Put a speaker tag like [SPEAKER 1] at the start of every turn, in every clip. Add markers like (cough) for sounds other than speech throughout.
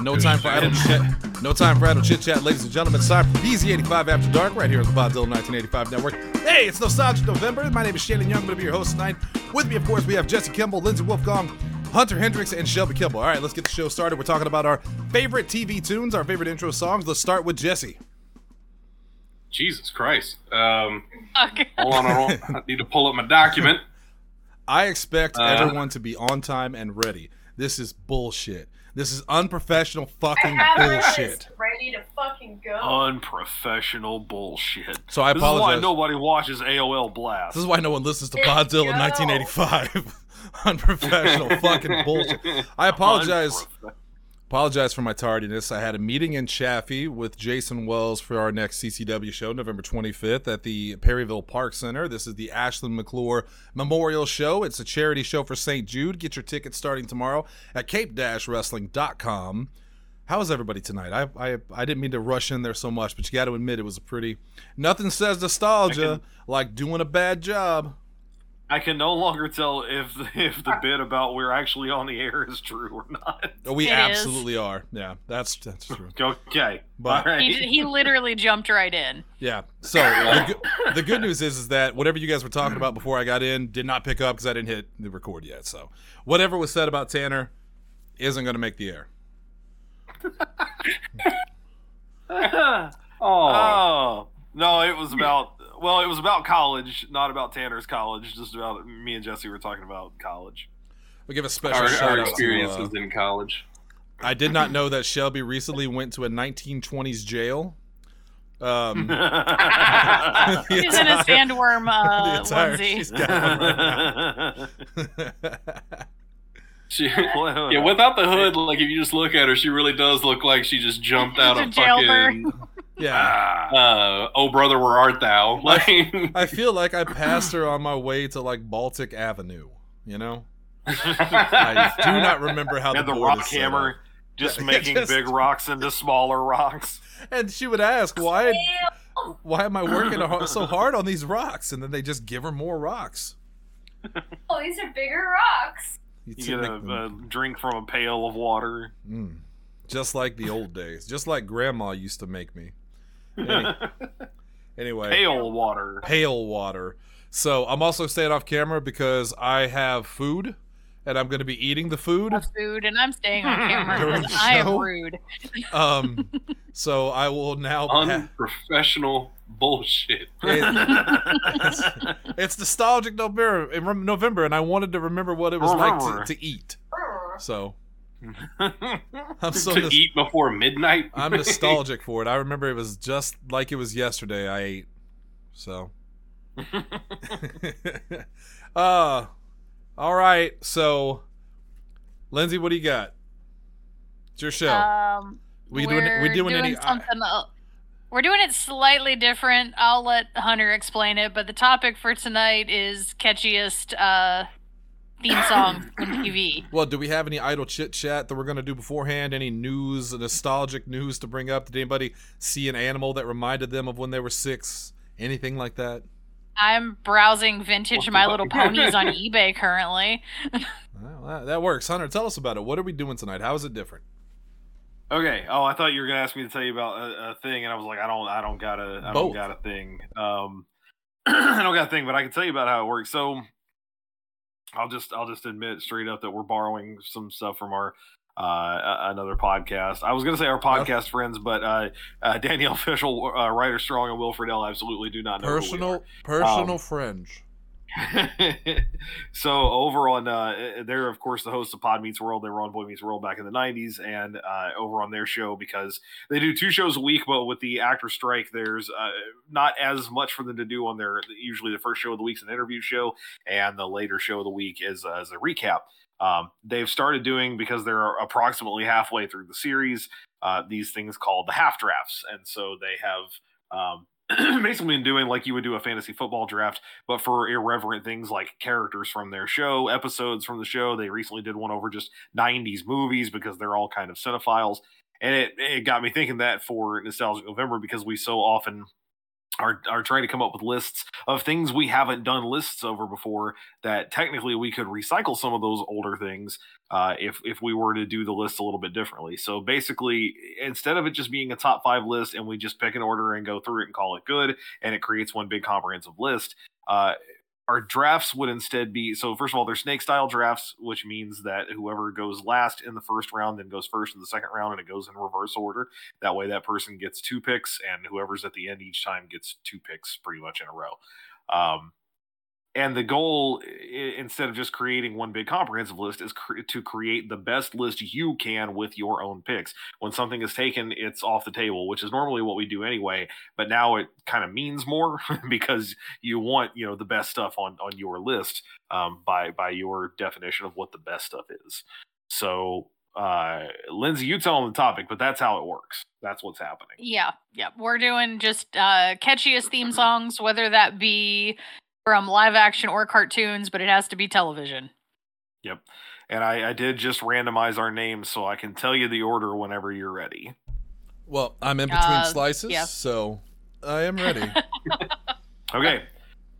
[SPEAKER 1] No time for idle chit. No time for idle chit chat, ladies and gentlemen. It's time for BZ85 After Dark, right here on the Bodzilla 1985 Network. Hey, it's Nostalgic November. My name is Shannon Young. I'm going to be your host tonight. With me, of course, we have Jesse Kimball, Lindsey Wolfgong, Hunter Hendricks, and Shelby Kimball. All right, let's get the show started. We're talking about our favorite TV tunes, our favorite intro songs. Let's start with Jesse.
[SPEAKER 2] Jesus Christ. Um,
[SPEAKER 3] Okay.
[SPEAKER 2] hold on, hold
[SPEAKER 1] (laughs)
[SPEAKER 2] on. I need to pull up my document.
[SPEAKER 1] I expect
[SPEAKER 2] Uh.
[SPEAKER 1] everyone to be on time and ready. This is bullshit. This is unprofessional
[SPEAKER 3] (laughs)
[SPEAKER 1] fucking
[SPEAKER 4] have my
[SPEAKER 1] bullshit.
[SPEAKER 4] list ready to fucking go.
[SPEAKER 1] Oh,
[SPEAKER 2] Unprofessional bullshit.
[SPEAKER 1] So I
[SPEAKER 2] this
[SPEAKER 1] apologize.
[SPEAKER 2] is why nobody watches AOL Blast.
[SPEAKER 1] This is why no one listens to
[SPEAKER 4] There you
[SPEAKER 1] Godzilla
[SPEAKER 4] go.
[SPEAKER 1] 1985. (laughs) Unprofessional fucking bullshit. I apologize.
[SPEAKER 2] Unprof-
[SPEAKER 1] Apologize for my tardiness. I had a meeting in Chaffee with Jason Wells for our next CCW show, November 25th, at the Perryville Park Center. This is the Ashland McClure Memorial Show. It's a charity show for St. Jude. Get your tickets starting tomorrow at cape-wrestling.com. How is everybody tonight? I, I I didn't mean to rush in there so much, but you got to admit it was a pretty. Nothing says nostalgia like doing a bad job.
[SPEAKER 2] I can no longer tell if if the bit about we're actually on the air is true or not.
[SPEAKER 1] Oh, we
[SPEAKER 3] It is.
[SPEAKER 1] absolutely are. Yeah, that's that's true.
[SPEAKER 2] Okay.
[SPEAKER 1] But-
[SPEAKER 2] All
[SPEAKER 3] He,
[SPEAKER 2] right.
[SPEAKER 3] he literally jumped right in.
[SPEAKER 1] Yeah. So the, good, the good news is is that whatever you guys were talking about before I got in did not pick up because I didn't hit the record yet. So whatever was said about Tanner isn't going to make the air.
[SPEAKER 2] (laughs)
[SPEAKER 5] Oh,
[SPEAKER 2] Oh no, it was about well, it was about college, not about Tanner's college. Just about me and Jesse were talking about
[SPEAKER 1] (laughs)
[SPEAKER 2] college. (laughs)
[SPEAKER 1] We give a special
[SPEAKER 5] our,
[SPEAKER 1] shout
[SPEAKER 5] our
[SPEAKER 1] out to. uh,
[SPEAKER 5] experiences in college.
[SPEAKER 1] I did not know that Shelby recently went to a 1920s jail. Um, (laughs)
[SPEAKER 3] (laughs)
[SPEAKER 1] (laughs) the
[SPEAKER 3] He's in his
[SPEAKER 1] entire-
[SPEAKER 3] sandworm
[SPEAKER 1] (laughs)
[SPEAKER 3] uh,
[SPEAKER 1] the entire-
[SPEAKER 3] onesie.
[SPEAKER 1] she's got one right
[SPEAKER 2] (laughs)
[SPEAKER 1] now. (laughs)
[SPEAKER 5] She, (laughs) yeah, without the hood, like if you just look at her, she really does look like she just jumped out of
[SPEAKER 3] She's a jailbird.
[SPEAKER 5] fucking.
[SPEAKER 1] yeah.
[SPEAKER 2] Ah.
[SPEAKER 5] Uh, oh brother, where
[SPEAKER 2] (laughs)
[SPEAKER 5] art thou? Like, (laughs)
[SPEAKER 1] I feel like I passed her on my way to like Baltic Avenue. You know, I do
[SPEAKER 2] (laughs)
[SPEAKER 1] not remember how
[SPEAKER 2] had
[SPEAKER 1] the,
[SPEAKER 2] the
[SPEAKER 1] board
[SPEAKER 2] rock
[SPEAKER 1] is set
[SPEAKER 2] hammer,
[SPEAKER 1] up.
[SPEAKER 2] just
[SPEAKER 1] (laughs) Yeah,
[SPEAKER 2] making
[SPEAKER 1] just-
[SPEAKER 2] big rocks into
[SPEAKER 1] (laughs)
[SPEAKER 2] smaller rocks.
[SPEAKER 1] and she would ask, "Why?
[SPEAKER 4] Damn,
[SPEAKER 1] Why am I working ho- so hard on these rocks?" And then they just give her more rocks.
[SPEAKER 4] oh, these are bigger rocks.
[SPEAKER 2] You
[SPEAKER 1] to
[SPEAKER 2] get
[SPEAKER 1] make
[SPEAKER 2] a,
[SPEAKER 1] them-
[SPEAKER 2] a drink from a pail
[SPEAKER 1] (laughs)
[SPEAKER 2] of water.
[SPEAKER 1] Mm. just like the old days, just like Grandma used to make me.
[SPEAKER 2] (laughs)
[SPEAKER 1] Any- anyway,
[SPEAKER 2] Pail water.
[SPEAKER 1] hail water. So I'm also staying off camera because I have food, and I'm going to be eating the food.
[SPEAKER 3] of Food, and I'm
[SPEAKER 1] (laughs)
[SPEAKER 3] staying on camera.
[SPEAKER 1] During
[SPEAKER 3] because
[SPEAKER 1] the
[SPEAKER 3] I am
[SPEAKER 1] show?
[SPEAKER 3] rude.
[SPEAKER 1] Um, so I will
[SPEAKER 2] (laughs)
[SPEAKER 1] now. ha-
[SPEAKER 5] Unprofessional bullshit.
[SPEAKER 1] it's, it's nostalgic November, in rem- November, and I wanted to remember what it was like to, to eat.
[SPEAKER 5] (laughs)
[SPEAKER 4] Brr.
[SPEAKER 1] So I'm so
[SPEAKER 5] (laughs) to
[SPEAKER 1] nos-
[SPEAKER 5] eat before midnight.
[SPEAKER 1] I'm
[SPEAKER 5] (laughs)
[SPEAKER 1] nostalgic for it. I remember it was just like it was yesterday. I ate. So. (laughs) uh, all right. So, Lindsay, what do you got? It's your show.
[SPEAKER 3] Um,
[SPEAKER 1] we
[SPEAKER 3] we're
[SPEAKER 1] doing we doing, any?
[SPEAKER 3] something. el- we're doing it slightly different. I'll let Hunter explain it, but the topic for tonight is catchiest uh, theme song
[SPEAKER 1] (coughs)
[SPEAKER 3] from TV.
[SPEAKER 1] Well, do we have any idle chit chat that we're gonna do beforehand? Any news, nostalgic news to bring up? Did anybody see an animal that reminded them of when they were six? Anything like that?
[SPEAKER 3] I'm browsing vintage My Little Ponies on eBay currently.
[SPEAKER 1] Well, that, that works. Hunter, tell us about it. What are we doing tonight? How is it different?
[SPEAKER 2] Okay. Oh, I thought you were gonna ask me to tell you about a, a thing, and I was like, I don't, I don't got a, I
[SPEAKER 1] Both.
[SPEAKER 2] don't got a thing. Um, (clears throat) I don't got a thing, but I can tell you about how it works. So, I'll just, I'll just admit straight up that we're borrowing some stuff from our uh a- another podcast. I was gonna say our podcast friends, but uh, uh Danielle (laughs) Fishel, uh, Ryder Strong, and Wilfred L. Absolutely do not know who we are.
[SPEAKER 1] Personal, personal
[SPEAKER 2] Um,
[SPEAKER 1] fringe.
[SPEAKER 2] (laughs) so over on uh, they're of course the hosts of Pod Meets World. They were on Boy Meets World back in the '90s, and uh, over on their show because they do two shows a week, but with the actor strike, there's uh, not as much for them to do on their. Usually, the first show of the week's an interview show, and the later show of the week is uh, is a recap. Um, they've started doing because they're approximately halfway through the series. Uh, these things called the half drafts, and so they have um, (clears throat) basically been doing like you would do a fantasy football draft but for irreverent things like characters from their show, episodes from the show. They recently did one over just 90s movies because they're all kind of cinephiles. And it, it got me thinking that for Nostalgic November because we so often are, are trying to come up with lists of things we haven't done lists over before that technically we could recycle some of those older things uh, if if we were to do the list a little bit differently. So basically, instead of it just being a top five list and we just pick an order and go through it and call it good, and it creates one big comprehensive list. Uh, our drafts would instead be so first of all they're snake style drafts which means that whoever goes last in the first round then goes first in the second round and it goes in reverse order that way that person gets two picks and whoever's at the end each time gets two picks pretty much in a row um, and the goal I- instead of just creating one big comprehensive list is cre- to create the best list you can with your own picks when something is taken it's off the table which is normally what we do anyway but now it kind of means more (laughs) because you want you know the best stuff on on your list um, by by your definition of what the best stuff is so uh lindsay you tell them the topic but that's how it works that's what's happening
[SPEAKER 3] Yeah, yeah. We're doing just uh, catchiest theme songs, whether that be from live action or cartoons, but it has to be television.
[SPEAKER 2] Yep. And I, I did just randomize our names so I can tell you the order whenever you're ready.
[SPEAKER 1] Well, I'm in between
[SPEAKER 3] Uh,
[SPEAKER 1] slices,
[SPEAKER 3] yeah.
[SPEAKER 1] so I am
[SPEAKER 3] (laughs)
[SPEAKER 1] ready.
[SPEAKER 2] Okay.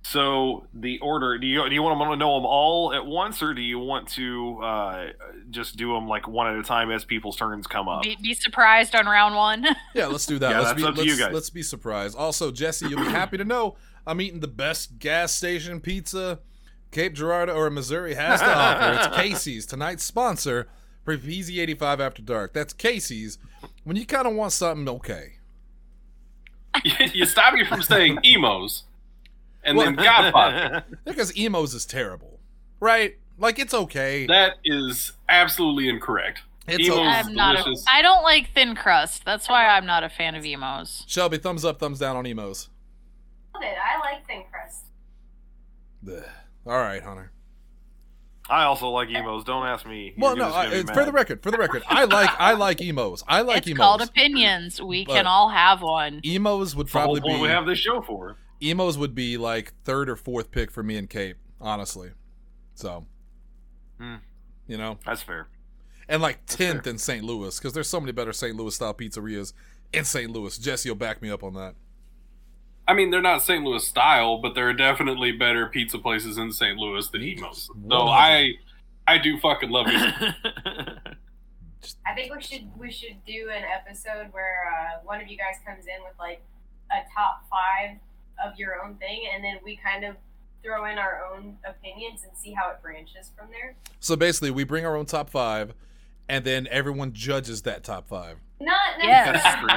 [SPEAKER 2] So the order, do you do you want to know them all at once or do you want to uh, just do them like one at a time as people's turns come
[SPEAKER 1] (laughs)
[SPEAKER 2] up?
[SPEAKER 3] Be, be surprised on round one. (laughs)
[SPEAKER 1] yeah, let's do that.
[SPEAKER 2] Yeah,
[SPEAKER 1] let's
[SPEAKER 2] that's
[SPEAKER 1] be
[SPEAKER 2] up to
[SPEAKER 1] let's,
[SPEAKER 2] you guys.
[SPEAKER 1] let's be surprised. Also, Jesse, you'll be happy to know I'm eating the best gas station pizza Cape Girardeau or Missouri has to
[SPEAKER 2] (laughs)
[SPEAKER 1] offer. It's Casey's tonight's sponsor for PZ85 After Dark. That's Casey's. When you kind of want something okay.
[SPEAKER 5] you stop you from saying emos, and then
[SPEAKER 1] Well-
[SPEAKER 5] Godfather.
[SPEAKER 2] (laughs)
[SPEAKER 1] Because emos is terrible, right? Like it's okay.
[SPEAKER 5] That is absolutely incorrect.
[SPEAKER 1] It's
[SPEAKER 5] emos Um,
[SPEAKER 1] okay.
[SPEAKER 5] is
[SPEAKER 3] I'm not. A,
[SPEAKER 5] delicious.
[SPEAKER 3] I don't like thin crust. That's why I'm not a fan of emos.
[SPEAKER 1] Shelby, thumbs up, thumbs down on emos.
[SPEAKER 4] Love it. I like thin crust.
[SPEAKER 1] Ugh. All right, Hunter.
[SPEAKER 2] I also like emos. Don't ask me.
[SPEAKER 1] Well,
[SPEAKER 2] You're
[SPEAKER 1] no,
[SPEAKER 2] just
[SPEAKER 1] I,
[SPEAKER 2] gonna be
[SPEAKER 1] it's,
[SPEAKER 2] mad.
[SPEAKER 1] for the record, for the record, I like I like emos. I like
[SPEAKER 3] it's
[SPEAKER 1] emos.
[SPEAKER 3] called opinions. We
[SPEAKER 1] But-
[SPEAKER 3] can all have one.
[SPEAKER 1] emos would
[SPEAKER 2] It's the whole
[SPEAKER 1] probably
[SPEAKER 2] point
[SPEAKER 1] be
[SPEAKER 2] we have this show for.
[SPEAKER 1] emos would be like third or fourth pick for me and Kate, honestly. So,
[SPEAKER 2] Hmm.
[SPEAKER 1] you know,
[SPEAKER 2] That's fair.
[SPEAKER 1] (laughs) and like
[SPEAKER 2] fair.
[SPEAKER 1] tenth in St. Louis because there's so many better St. Louis style pizzerias in St. Louis. Jesse will back me up on that.
[SPEAKER 5] I mean, they're not St. Louis style, but there are definitely better pizza places in St. Louis than emos. So
[SPEAKER 1] Wow.
[SPEAKER 5] I, I do fucking love
[SPEAKER 2] (laughs)
[SPEAKER 5] it.
[SPEAKER 4] I think we should we should do an episode where uh, one of you guys comes in with like a top five of your own thing, and then we kind of throw in our own opinions and see how it branches from there.
[SPEAKER 1] So basically, we bring our own top five, and then everyone judges that top five.
[SPEAKER 4] Not
[SPEAKER 3] Yes.
[SPEAKER 4] necessarily.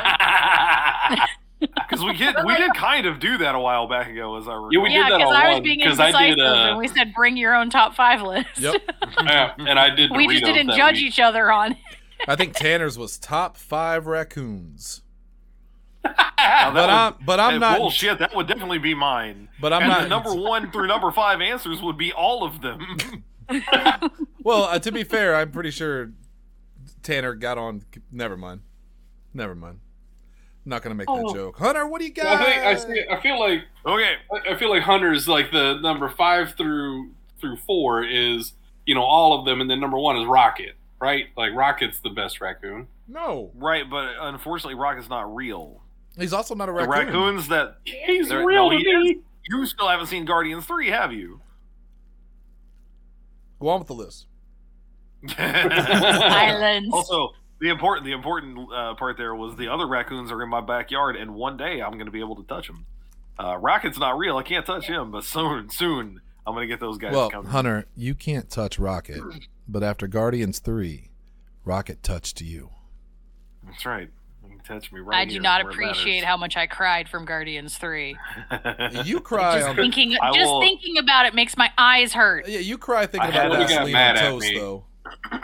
[SPEAKER 2] Because we did, we did kind of do that a while back ago, as I remember.
[SPEAKER 5] Yeah, we
[SPEAKER 3] yeah,
[SPEAKER 5] did that
[SPEAKER 3] because
[SPEAKER 5] on
[SPEAKER 3] I was
[SPEAKER 5] one,
[SPEAKER 3] being
[SPEAKER 5] 'cause I
[SPEAKER 3] indecisive,
[SPEAKER 5] did, uh,
[SPEAKER 3] and we said bring your own top five list.
[SPEAKER 1] Yep.
[SPEAKER 5] Yeah, and I did.
[SPEAKER 3] (laughs) we just
[SPEAKER 5] Doritos
[SPEAKER 3] didn't
[SPEAKER 5] that
[SPEAKER 3] judge
[SPEAKER 5] week.
[SPEAKER 3] each other on. it.
[SPEAKER 1] I
[SPEAKER 2] (laughs)
[SPEAKER 1] think Tanner's was top five raccoons.
[SPEAKER 2] Now, that
[SPEAKER 1] But
[SPEAKER 2] would-
[SPEAKER 1] I'm but
[SPEAKER 2] eh,
[SPEAKER 1] I'm not
[SPEAKER 2] Bullshit, that would definitely be mine.
[SPEAKER 1] but I'm
[SPEAKER 2] and
[SPEAKER 1] not
[SPEAKER 2] the number one through number five answers would be all of them. (laughs)
[SPEAKER 1] Well, uh, to be fair, I'm pretty sure Tanner got on. Never mind. Never mind. I'm not gonna make
[SPEAKER 3] Oh.
[SPEAKER 1] that joke. Hunter, what do you
[SPEAKER 5] Well,
[SPEAKER 1] got?
[SPEAKER 5] I think I see. I feel like
[SPEAKER 2] okay.
[SPEAKER 5] I- I feel like Hunter's like the number five through through four is you know all of them, and then number one is Rocket, right? Like Rocket's the best raccoon.
[SPEAKER 1] No,
[SPEAKER 2] Right, but unfortunately, Rocket's not real.
[SPEAKER 1] he's also not a
[SPEAKER 2] The
[SPEAKER 1] raccoon.
[SPEAKER 2] raccoons that
[SPEAKER 5] He's
[SPEAKER 2] There-
[SPEAKER 5] real
[SPEAKER 2] no,
[SPEAKER 5] to
[SPEAKER 2] he
[SPEAKER 5] me.
[SPEAKER 2] you still haven't seen Guardians 3, have you?
[SPEAKER 1] (laughs) Go on with the list.
[SPEAKER 3] Islands.
[SPEAKER 2] also, the important the important uh, part there was the other raccoons are in my backyard, and one day I'm going to be able to touch them. Uh, Rocket's not real. I can't touch him, but soon, soon, I'm going to get those guys
[SPEAKER 1] Well,
[SPEAKER 2] to come.
[SPEAKER 1] Hunter, you can't touch Rocket, but after Guardians three, Rocket touched you.
[SPEAKER 2] That's right. You can touch me right
[SPEAKER 3] I do
[SPEAKER 2] here,
[SPEAKER 3] not
[SPEAKER 2] where it
[SPEAKER 3] appreciate how much I cried from Guardians Three.
[SPEAKER 2] (laughs) matters.
[SPEAKER 1] You cry on.
[SPEAKER 3] Thinking,
[SPEAKER 2] I
[SPEAKER 3] just
[SPEAKER 2] will-
[SPEAKER 3] thinking about it makes my eyes hurt.
[SPEAKER 1] Yeah, you cry thinking
[SPEAKER 2] I had
[SPEAKER 1] about
[SPEAKER 2] a-
[SPEAKER 1] Vaseline
[SPEAKER 5] got
[SPEAKER 1] on
[SPEAKER 5] mad at
[SPEAKER 1] toast,
[SPEAKER 5] me.
[SPEAKER 1] though.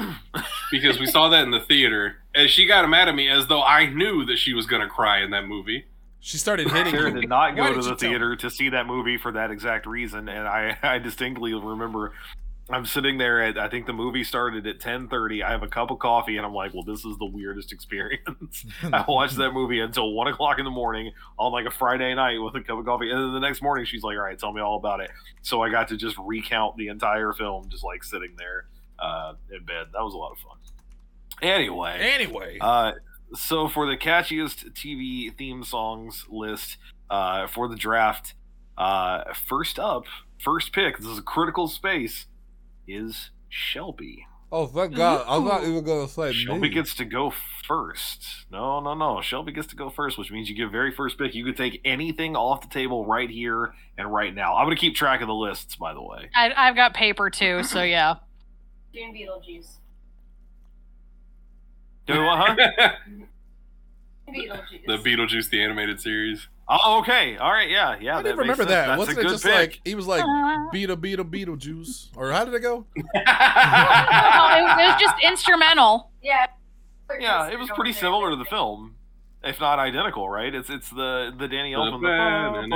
[SPEAKER 5] (laughs) because we saw that in the theater, and she got mad at me as though I knew that she was going to cry in that movie.
[SPEAKER 1] She
[SPEAKER 2] (laughs)
[SPEAKER 1] started hitting
[SPEAKER 2] Sarah
[SPEAKER 1] you.
[SPEAKER 2] did not
[SPEAKER 1] Why
[SPEAKER 2] go to
[SPEAKER 1] did you
[SPEAKER 2] the
[SPEAKER 1] tell me?
[SPEAKER 2] theater to see that movie for that exact reason, and I, (laughs) I distinctly remember I'm sitting there at I think the movie started at 10:30. I have a cup of coffee, and I'm like, well, this is the weirdest (laughs) experience. (laughs) I watched that movie until one o'clock in the morning on like a Friday night with a cup of coffee, and then the next morning she's like, all right, tell me all about it. So I got to just recount the entire film, just like sitting there uh, in bed. That was a lot of fun. Anyway,
[SPEAKER 1] Anyway,
[SPEAKER 2] uh, So for the catchiest TV theme songs list uh, for the draft, uh, first up, first pick. This is a critical space. Is Shelby.
[SPEAKER 1] Oh, thank God. I thought you were going to say me.
[SPEAKER 2] Shelby gets to go first. No, no, no. Shelby gets to go first, which means you get very first pick. You could take anything off the table right here and right now. I'm going to keep track of the lists, by the way.
[SPEAKER 3] I, I've got paper too, so yeah.
[SPEAKER 4] Dune Beetlejuice.
[SPEAKER 2] Do what, huh?
[SPEAKER 3] (laughs)
[SPEAKER 4] Beetlejuice.
[SPEAKER 5] the Beetlejuice the animated series.
[SPEAKER 2] oh, okay. All right. Yeah. Yeah.
[SPEAKER 1] I didn't
[SPEAKER 2] that makes
[SPEAKER 1] remember
[SPEAKER 2] sense.
[SPEAKER 1] that.
[SPEAKER 2] That's
[SPEAKER 1] Wasn't
[SPEAKER 2] a
[SPEAKER 1] it
[SPEAKER 2] good
[SPEAKER 1] just
[SPEAKER 2] pick. (laughs)
[SPEAKER 1] like, he was (laughs) like,
[SPEAKER 3] Uh,
[SPEAKER 1] Beetle, Beetle, Beetlejuice? Or how did it go?
[SPEAKER 3] well, it, it was just instrumental.
[SPEAKER 4] yeah.
[SPEAKER 2] (laughs) Yeah, it was pretty similar to the film, if not identical, right? It's it's the the Danny Elfman. the-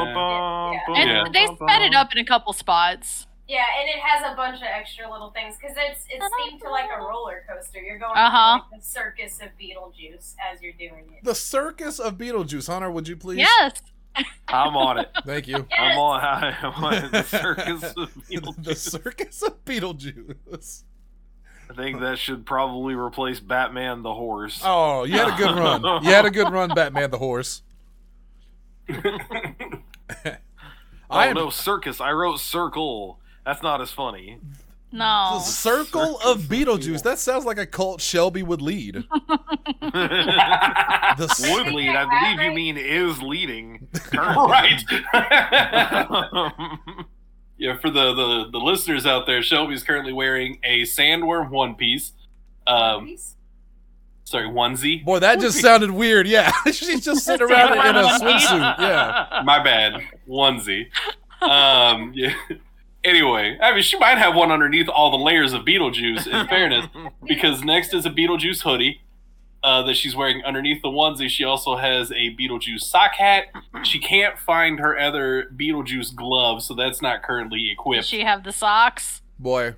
[SPEAKER 4] Yeah.
[SPEAKER 2] Oh,
[SPEAKER 3] And
[SPEAKER 5] Yeah.
[SPEAKER 3] they sped it up in a couple spots.
[SPEAKER 4] Yeah, and it has a bunch of extra little things because it's it's themed to like a roller coaster. You're going
[SPEAKER 3] Uh-huh.
[SPEAKER 4] through, like, the circus of Beetlejuice as you're doing it.
[SPEAKER 1] The Circus of Beetlejuice, Hunter, would you please?
[SPEAKER 3] Yes.
[SPEAKER 2] I'm on it.
[SPEAKER 1] Thank you.
[SPEAKER 4] Yes.
[SPEAKER 3] (laughs)
[SPEAKER 2] I'm on. I'm on it. the circus. Of
[SPEAKER 1] the
[SPEAKER 2] (laughs) Beetlejuice.
[SPEAKER 1] Circus of Beetlejuice.
[SPEAKER 2] I think that should probably replace Batman the horse.
[SPEAKER 1] Oh, you had a
[SPEAKER 2] (laughs)
[SPEAKER 1] good run. You had a good run, Batman the Horse. (laughs)
[SPEAKER 2] Oh,
[SPEAKER 1] I am
[SPEAKER 2] no, circus. I wrote circle. That's not as funny. (laughs)
[SPEAKER 1] the
[SPEAKER 3] No.
[SPEAKER 1] Circle
[SPEAKER 2] Circus
[SPEAKER 1] of
[SPEAKER 2] of
[SPEAKER 1] Beetlejuice. That sounds like a cult Shelby would
[SPEAKER 2] (laughs)
[SPEAKER 1] lead.
[SPEAKER 2] Would
[SPEAKER 1] The s-
[SPEAKER 4] think
[SPEAKER 2] lead.
[SPEAKER 4] I
[SPEAKER 2] I
[SPEAKER 4] have
[SPEAKER 2] believe you
[SPEAKER 4] right-
[SPEAKER 2] mean
[SPEAKER 1] (laughs)
[SPEAKER 2] is leading.
[SPEAKER 5] right.
[SPEAKER 2] Currently.
[SPEAKER 5] yeah, for the, the the listeners out there, Shelby's currently wearing a sandworm one piece. Um, sorry, onesie.
[SPEAKER 1] boy, that just sounded weird. Yeah, (laughs) she's just sitting around in
[SPEAKER 2] (laughs)
[SPEAKER 1] a swimsuit. Yeah,
[SPEAKER 5] My bad, onesie. Um, yeah. Anyway, I mean, she might have one underneath all the layers of Beetlejuice. In
[SPEAKER 2] (laughs)
[SPEAKER 5] fairness, because next is a Beetlejuice hoodie uh, that she's wearing underneath the onesie. She also has a Beetlejuice sock hat. She can't find her other Beetlejuice glove, so that's not currently
[SPEAKER 3] Does
[SPEAKER 5] equipped.
[SPEAKER 3] she have the socks?
[SPEAKER 1] boy,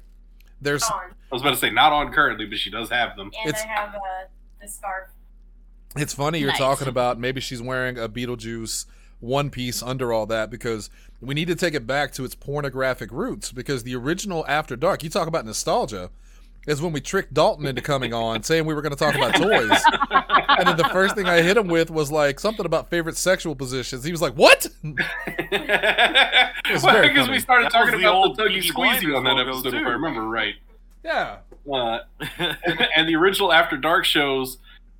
[SPEAKER 1] there's
[SPEAKER 4] Gone.
[SPEAKER 5] I was about to say not on currently, but she does have them.
[SPEAKER 4] And
[SPEAKER 1] It's-
[SPEAKER 4] I have uh, the scarf.
[SPEAKER 1] It's funny you're
[SPEAKER 3] Nice.
[SPEAKER 1] talking about maybe she's wearing a Beetlejuice one piece under all that because we need to take it back to its pornographic roots because the original After Dark, you talk about nostalgia, is when we tricked Dalton into coming on saying we were going to talk about toys. and then the first thing I hit him with was like something about favorite sexual positions. He was like, "What?"
[SPEAKER 5] (laughs) Because
[SPEAKER 1] very funny.
[SPEAKER 5] we started
[SPEAKER 2] That
[SPEAKER 5] talking
[SPEAKER 2] was the
[SPEAKER 5] about
[SPEAKER 2] old
[SPEAKER 5] the Tuggy
[SPEAKER 2] Peaky
[SPEAKER 5] Squeezy on
[SPEAKER 2] Blinders
[SPEAKER 5] that
[SPEAKER 2] logo,
[SPEAKER 5] episode, if
[SPEAKER 2] too.
[SPEAKER 5] I remember right.
[SPEAKER 1] Yeah.
[SPEAKER 3] (laughs)
[SPEAKER 5] Uh, (laughs) and the original After Dark shows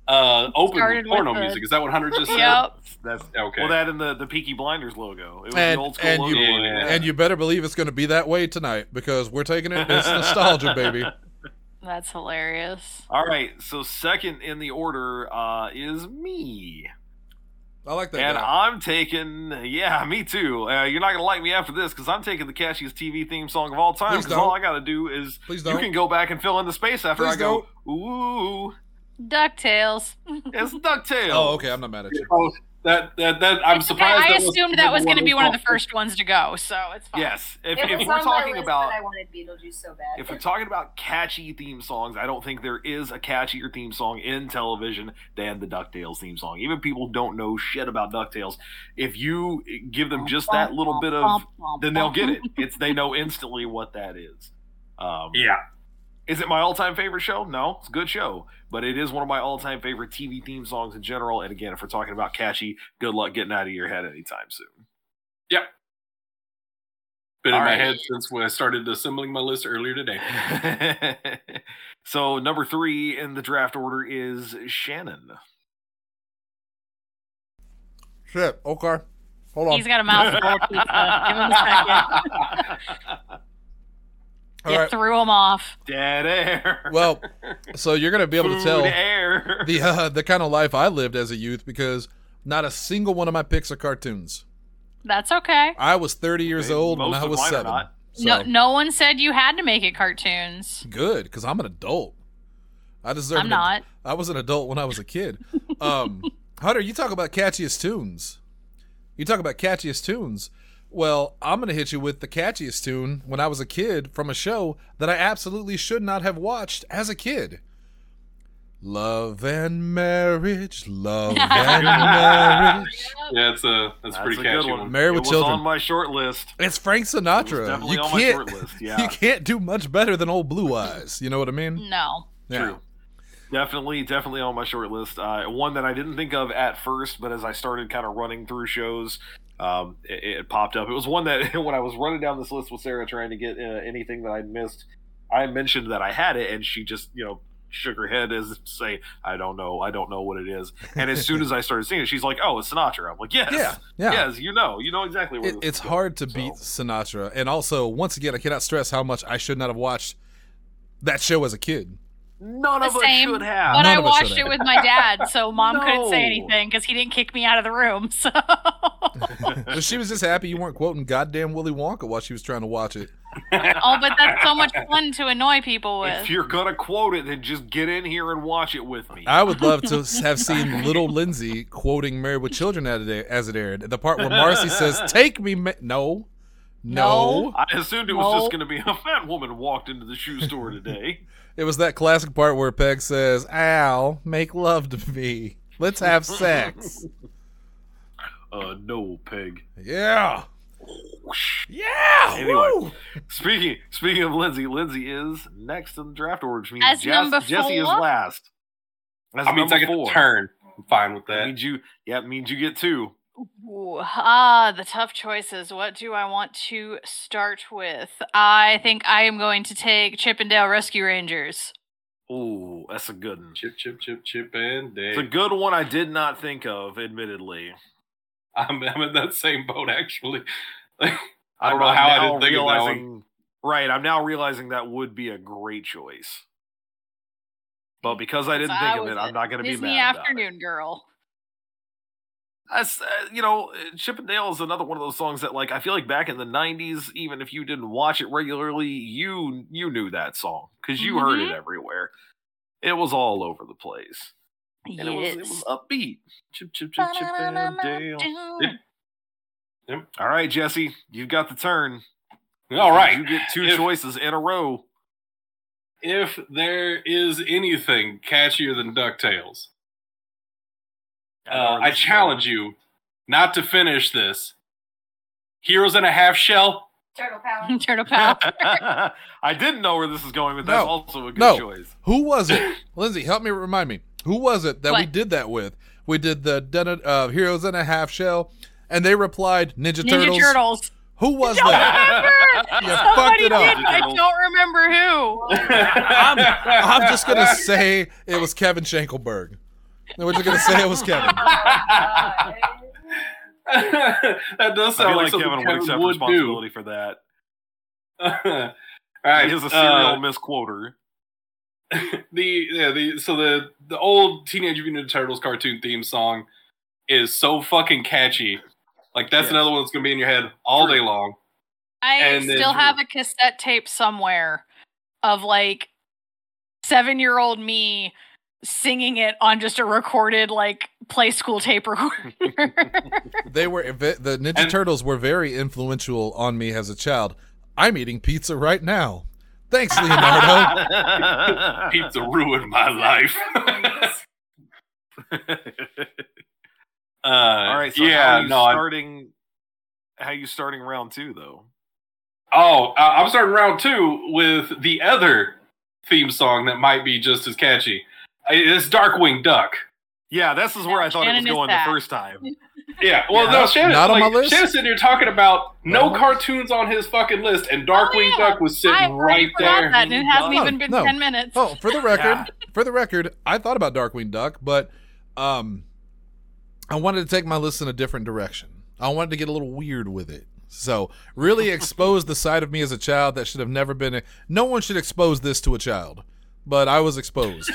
[SPEAKER 5] uh, opened
[SPEAKER 3] Started
[SPEAKER 5] with porno
[SPEAKER 3] with the-
[SPEAKER 5] music. Is that what Hunter just said?
[SPEAKER 3] Yep.
[SPEAKER 2] That's
[SPEAKER 5] Okay.
[SPEAKER 2] well, that and the the Peaky Blinders logo. It was
[SPEAKER 1] And-
[SPEAKER 2] the old school
[SPEAKER 1] and
[SPEAKER 2] logo.
[SPEAKER 1] you-
[SPEAKER 5] Yeah.
[SPEAKER 1] And you better believe it's going to be that way tonight because we're taking it it's nostalgia, baby.
[SPEAKER 3] That's hilarious.
[SPEAKER 2] All right, so second in the order uh, is me,
[SPEAKER 1] I like that.
[SPEAKER 2] and
[SPEAKER 1] guy.
[SPEAKER 2] I'm taking yeah, me too. Uh, you're not gonna like me after this because I'm taking the catchiest TV theme song of all time.
[SPEAKER 1] Please
[SPEAKER 2] Because all
[SPEAKER 1] don't.
[SPEAKER 2] I gotta do is
[SPEAKER 1] Please
[SPEAKER 2] you
[SPEAKER 1] don't.
[SPEAKER 2] can go back and fill in the space after
[SPEAKER 1] Please
[SPEAKER 2] I go. Ooh,
[SPEAKER 3] Ducktales.
[SPEAKER 2] it's Ducktales.
[SPEAKER 1] oh, okay. I'm not mad at you.
[SPEAKER 5] Oh, that, that, that, I'm surprised.
[SPEAKER 3] I, I
[SPEAKER 5] that wasn't
[SPEAKER 3] assumed that was going to
[SPEAKER 5] we
[SPEAKER 3] be one of
[SPEAKER 5] saw.
[SPEAKER 3] the first ones to go, so it's fine.
[SPEAKER 2] Yes, if,
[SPEAKER 4] It was
[SPEAKER 2] if
[SPEAKER 4] on
[SPEAKER 2] we're
[SPEAKER 4] my
[SPEAKER 2] talking
[SPEAKER 4] list,
[SPEAKER 2] about
[SPEAKER 4] but I wanted Beetlejuice so bad.
[SPEAKER 2] If we're talking about catchy theme songs, I don't think there is a catchier theme song in television than the DuckTales theme song. Even people don't know shit about DuckTales. If you give them just that little bit of, then they'll
[SPEAKER 1] (laughs)
[SPEAKER 2] get it. It's they know instantly what that is. Um,
[SPEAKER 5] Yeah.
[SPEAKER 2] Is it my all-time favorite show? No, it's a good show, but it is one of my all-time favorite TV theme songs in general. And again, if we're talking about catchy, good luck getting out of your head anytime soon. (laughs)
[SPEAKER 5] Been
[SPEAKER 2] All
[SPEAKER 5] in
[SPEAKER 2] right.
[SPEAKER 5] my head since when I started assembling my list earlier today.
[SPEAKER 2] so number three in the draft order is Shannon.
[SPEAKER 1] Shit. Okay. Hold on.
[SPEAKER 3] He's got a mouthful of pizza. Give him a second.
[SPEAKER 1] All
[SPEAKER 3] You
[SPEAKER 1] right.
[SPEAKER 3] threw him off.
[SPEAKER 2] Dead air.
[SPEAKER 1] Well, so you're going to be able to
[SPEAKER 2] Food
[SPEAKER 1] tell
[SPEAKER 2] air.
[SPEAKER 1] the
[SPEAKER 2] (laughs)
[SPEAKER 1] uh, the (laughs) kind of life I lived as a youth because not a single one of my picks are cartoons.
[SPEAKER 3] That's okay.
[SPEAKER 1] I was 30 years
[SPEAKER 2] Okay,
[SPEAKER 1] old when
[SPEAKER 2] most
[SPEAKER 1] I
[SPEAKER 2] of
[SPEAKER 1] was
[SPEAKER 2] mine are
[SPEAKER 1] seven.
[SPEAKER 2] not.
[SPEAKER 1] So
[SPEAKER 3] No, no one said you had to make it cartoons.
[SPEAKER 1] good because I'm an adult. I deserve.
[SPEAKER 3] I'm
[SPEAKER 1] an-
[SPEAKER 3] not.
[SPEAKER 1] I was an adult when I was a kid. Um,
[SPEAKER 3] (laughs)
[SPEAKER 1] Hunter, you talk about catchiest tunes. You talk about catchiest tunes. Well, I'm going to hit you with the catchiest tune when I was a kid from a show that I absolutely should not have watched as a kid. Love and marriage,
[SPEAKER 3] (laughs)
[SPEAKER 1] love and marriage.
[SPEAKER 5] Yeah, it's a, that's, a pretty
[SPEAKER 2] a
[SPEAKER 5] catchy
[SPEAKER 2] good
[SPEAKER 5] one.
[SPEAKER 2] one.
[SPEAKER 1] Married
[SPEAKER 2] it
[SPEAKER 1] with
[SPEAKER 2] was
[SPEAKER 1] Children.
[SPEAKER 2] on my short list.
[SPEAKER 1] It's Frank
[SPEAKER 2] It was
[SPEAKER 1] Sinatra.
[SPEAKER 2] definitely
[SPEAKER 1] you
[SPEAKER 2] on my
[SPEAKER 1] can't, (laughs)
[SPEAKER 2] short list.
[SPEAKER 1] you
[SPEAKER 2] Yeah.
[SPEAKER 3] Mm.
[SPEAKER 1] can't do much better than old Blue Eyes. You know what I mean?
[SPEAKER 3] No.
[SPEAKER 1] Yeah.
[SPEAKER 2] True. Definitely, definitely on my short list. Uh, one that I didn't think of at first, but as I started kind of running through shows, um, it, it popped up. It was one that (laughs) when I was running down this list with Sarah trying to get uh, anything that I missed, I mentioned that I had it, and she just you know shook her head as if to say, "I don't know, I don't know what it is." And as soon as I started seeing it, she's like, "Oh, it's Sinatra." I'm like, "Yes,
[SPEAKER 1] Yeah, yeah.
[SPEAKER 2] yes, you know, you know exactly what
[SPEAKER 1] It, it's hard to beat Sinatra. And also, once again, I cannot stress how much I should not have watched that show as a kid.
[SPEAKER 2] None
[SPEAKER 3] The
[SPEAKER 2] of
[SPEAKER 3] same,
[SPEAKER 2] us should
[SPEAKER 3] but
[SPEAKER 2] have.
[SPEAKER 1] None
[SPEAKER 3] I
[SPEAKER 1] of us should
[SPEAKER 3] watched
[SPEAKER 1] have.
[SPEAKER 3] it with my dad,
[SPEAKER 2] (laughs)
[SPEAKER 3] so mom couldn't say
[SPEAKER 2] No.
[SPEAKER 3] anything because he didn't kick me out of the room. (laughs) So
[SPEAKER 1] But she was just happy you weren't quoting goddamn Willy Wonka while she was trying to watch it.
[SPEAKER 3] oh, but that's so
[SPEAKER 2] (laughs)
[SPEAKER 3] much fun to annoy people
[SPEAKER 2] If
[SPEAKER 3] with.
[SPEAKER 2] you're gonna quote it, then just get in here and watch it with me.
[SPEAKER 1] I would love to have seen Little Lindsay quoting Married with Children as it, as it aired. The part where Marcy says, "Take me, ma-. no, no."
[SPEAKER 2] I assumed it was
[SPEAKER 3] No.
[SPEAKER 2] just going to be a fat woman walked into the shoe store today.
[SPEAKER 1] It was that classic part where Peg says, "Al, make love to me. Let's have (laughs) sex."
[SPEAKER 2] uh, no, Peg.
[SPEAKER 1] yeah, yeah.
[SPEAKER 2] Anyway.
[SPEAKER 1] woo!
[SPEAKER 2] Speaking speaking of Lindsay, Lindsay is next in the draft order, which means
[SPEAKER 3] As
[SPEAKER 2] Jess,
[SPEAKER 3] number
[SPEAKER 2] Jesse is
[SPEAKER 3] four?
[SPEAKER 2] last. That's
[SPEAKER 5] I mean,
[SPEAKER 2] number
[SPEAKER 5] take a
[SPEAKER 2] four.
[SPEAKER 5] turn. I'm fine with
[SPEAKER 2] That
[SPEAKER 5] that.
[SPEAKER 2] means you. Yeah, it means you get two.
[SPEAKER 3] Ooh, ah, the tough choices. What do I want to start with? I think I am going to take Chippendale Rescue Rangers.
[SPEAKER 2] Ooh, that's a good one.
[SPEAKER 5] Chip, chip, chip, chip, and
[SPEAKER 2] It's a
[SPEAKER 5] Dave.
[SPEAKER 2] good one. I did not think of, admittedly.
[SPEAKER 5] (laughs) I'm, I'm in that same boat actually. (laughs) I
[SPEAKER 2] I'm-
[SPEAKER 5] don't know
[SPEAKER 2] I'm
[SPEAKER 5] how I
[SPEAKER 2] now
[SPEAKER 5] didn't think of that one.
[SPEAKER 2] realizing- Right, I'm now realizing that would be a great choice. But because I didn't
[SPEAKER 3] So
[SPEAKER 2] think of
[SPEAKER 3] was
[SPEAKER 2] it,
[SPEAKER 3] a
[SPEAKER 2] I'm not going to be
[SPEAKER 3] Disney
[SPEAKER 2] mad. about it.
[SPEAKER 3] Afternoon Girl.
[SPEAKER 2] That's uh, you know, uh, Chip and Dale is another one of those songs that like I feel like back in the '90s, even if you didn't watch it regularly, you you knew that song because you heard it everywhere. It was all over the place, and it, was, it was
[SPEAKER 3] Yes.
[SPEAKER 2] upbeat. Chip, chip, chip, chip, and Dale.
[SPEAKER 3] Dun-dun-dun-dun.
[SPEAKER 2] (laughs) All right, Jesse, you've got the turn.
[SPEAKER 5] All right.
[SPEAKER 2] you get two
[SPEAKER 5] If-
[SPEAKER 2] choices in a row.
[SPEAKER 5] If there is anything catchier than DuckTales, uh,
[SPEAKER 2] (laughs)
[SPEAKER 5] I challenge you not to finish this. Heroes in a
[SPEAKER 2] (laughs)
[SPEAKER 5] half shell. (laughs)
[SPEAKER 4] Turtle
[SPEAKER 3] (laughs)
[SPEAKER 4] Power.
[SPEAKER 3] Turtle Power.
[SPEAKER 2] I didn't know where this is going, but that's
[SPEAKER 1] No.
[SPEAKER 2] also a good
[SPEAKER 1] No.
[SPEAKER 2] choice.
[SPEAKER 1] Who was it? (coughs) Lindsay, help me remind me. Who was it that we
[SPEAKER 3] What?
[SPEAKER 1] did that with? We did the dun- uh, Heroes in a Half Shell, and they replied Ninja,
[SPEAKER 3] Ninja Turtles.
[SPEAKER 1] Who was
[SPEAKER 2] (laughs)
[SPEAKER 3] Don't
[SPEAKER 1] that?
[SPEAKER 3] remember.
[SPEAKER 1] You fucked
[SPEAKER 3] Somebody
[SPEAKER 1] it
[SPEAKER 3] did.
[SPEAKER 1] up.
[SPEAKER 3] I don't remember who.
[SPEAKER 1] I'm, (laughs) I'm just gonna say it was Kevin Shankelberg. No, we're just gonna say it was Kevin.
[SPEAKER 4] Uh,
[SPEAKER 5] that does
[SPEAKER 2] I
[SPEAKER 5] sound
[SPEAKER 2] feel
[SPEAKER 5] like,
[SPEAKER 2] like
[SPEAKER 5] something
[SPEAKER 2] Kevin would accept
[SPEAKER 5] do.
[SPEAKER 2] responsibility for that.
[SPEAKER 5] (laughs) All right,
[SPEAKER 2] He is a
[SPEAKER 5] uh,
[SPEAKER 2] serial misquoter.
[SPEAKER 5] the yeah the so the the old Teenage Mutant Ninja Turtles cartoon theme song is so fucking catchy. Like that's
[SPEAKER 2] Yes.
[SPEAKER 5] another one that's gonna be in your head all
[SPEAKER 2] True.
[SPEAKER 5] day long.
[SPEAKER 3] I
[SPEAKER 5] And then
[SPEAKER 3] still
[SPEAKER 5] Drew.
[SPEAKER 3] have a cassette tape somewhere of like seven year old me singing it on just a recorded like play school
[SPEAKER 2] (laughs)
[SPEAKER 3] tape recorder.
[SPEAKER 1] They were ev- the Ninja
[SPEAKER 5] And-
[SPEAKER 1] Turtles were very influential on me as a child. I'm eating pizza right now. Thanks, Leonardo.
[SPEAKER 2] (laughs)
[SPEAKER 5] Pizza ruined my life. (laughs) Uh,
[SPEAKER 2] All right. So how
[SPEAKER 5] yeah.
[SPEAKER 2] are you
[SPEAKER 5] No. I-
[SPEAKER 2] starting? How you starting round two though?
[SPEAKER 5] oh, I- I'm starting round two with the other theme song that might be just as catchy. I- It's Darkwing Duck.
[SPEAKER 2] Yeah, this is where I thought
[SPEAKER 3] Shannon
[SPEAKER 2] it
[SPEAKER 3] is
[SPEAKER 2] was going
[SPEAKER 3] back.
[SPEAKER 2] the first
[SPEAKER 3] (laughs)
[SPEAKER 2] time. (laughs)
[SPEAKER 5] Yeah, well,
[SPEAKER 2] Yeah.
[SPEAKER 5] no, Shannon.
[SPEAKER 1] Not on
[SPEAKER 5] like,
[SPEAKER 1] my list?
[SPEAKER 5] Shannon's sitting here talking about
[SPEAKER 1] Not on
[SPEAKER 5] no
[SPEAKER 1] my
[SPEAKER 5] cartoons on his fucking list, and Darkwing
[SPEAKER 3] Oh, yeah.
[SPEAKER 5] Duck
[SPEAKER 3] (laughs)
[SPEAKER 5] was
[SPEAKER 3] I
[SPEAKER 5] sitting
[SPEAKER 3] already
[SPEAKER 5] right
[SPEAKER 3] forgot
[SPEAKER 5] there.
[SPEAKER 3] That, and it hasn't
[SPEAKER 1] No,
[SPEAKER 3] even been
[SPEAKER 1] no.
[SPEAKER 3] 10 minutes.
[SPEAKER 1] Oh, for the record,
[SPEAKER 2] Yeah.
[SPEAKER 1] for the record, I thought about Darkwing Duck, but um, I wanted to take my list in a different direction. I wanted to get a little weird with it. So really expose the side of me as a child that should have never been. no one should expose this to a child, but I was exposed.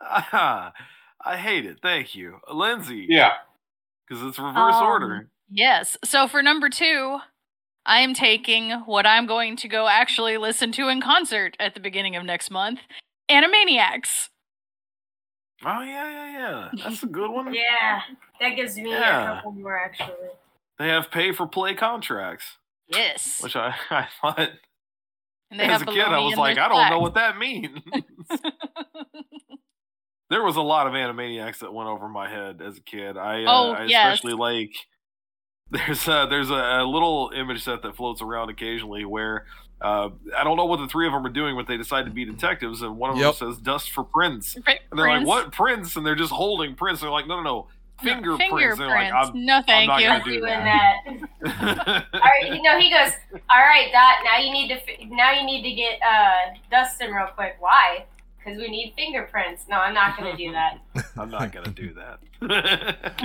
[SPEAKER 2] Ah, I hate it. Thank you, Lindsay.
[SPEAKER 5] Yeah.
[SPEAKER 2] because it's reverse
[SPEAKER 3] Um,
[SPEAKER 2] order.
[SPEAKER 3] Yes. So for number two, I am taking what I'm going to go actually listen to in concert at the beginning of next month Animaniacs.
[SPEAKER 2] Oh yeah, yeah, yeah. That's a good
[SPEAKER 3] (laughs)
[SPEAKER 2] one.
[SPEAKER 4] (laughs) yeah, that gives me
[SPEAKER 2] Yeah.
[SPEAKER 4] a couple more actually.
[SPEAKER 2] They have pay for play contracts,
[SPEAKER 3] Yes.
[SPEAKER 2] which I, (laughs) I thought
[SPEAKER 3] And they
[SPEAKER 2] as a
[SPEAKER 3] have
[SPEAKER 2] kid I
[SPEAKER 3] bologna
[SPEAKER 2] was
[SPEAKER 3] in their
[SPEAKER 2] like, I don't know
[SPEAKER 3] snacks.
[SPEAKER 2] what that means. (laughs) there was a lot of Animaniacs that went over my head as a kid. I uh,
[SPEAKER 3] Oh,
[SPEAKER 2] I
[SPEAKER 3] yes.
[SPEAKER 2] especially like (laughs) there's a, there's a, a little image set that floats around occasionally where uh, I don't know what the three of them are doing, but they decide to be detectives, and one of
[SPEAKER 1] Yep.
[SPEAKER 2] them says "dust for prints,"
[SPEAKER 3] Fr-
[SPEAKER 2] and they're like,
[SPEAKER 3] friends?
[SPEAKER 2] "What prints?" And they're just holding prints. They're like, "No, no, no,
[SPEAKER 3] No,
[SPEAKER 2] fingerprints."
[SPEAKER 3] fingerprints.
[SPEAKER 2] They're like, "I'm."
[SPEAKER 3] no, thank
[SPEAKER 2] not
[SPEAKER 3] you.
[SPEAKER 2] gonna
[SPEAKER 4] Not
[SPEAKER 2] do
[SPEAKER 4] doing
[SPEAKER 2] that.
[SPEAKER 4] that.
[SPEAKER 2] (laughs)
[SPEAKER 4] All right, you know, he goes, all right, Dot. Now you need to, fi- now you need to get uh, Dustin real quick. Why? Because we need fingerprints. No, I'm not gonna do
[SPEAKER 2] (laughs)
[SPEAKER 4] that.
[SPEAKER 2] I'm not gonna do that. (laughs)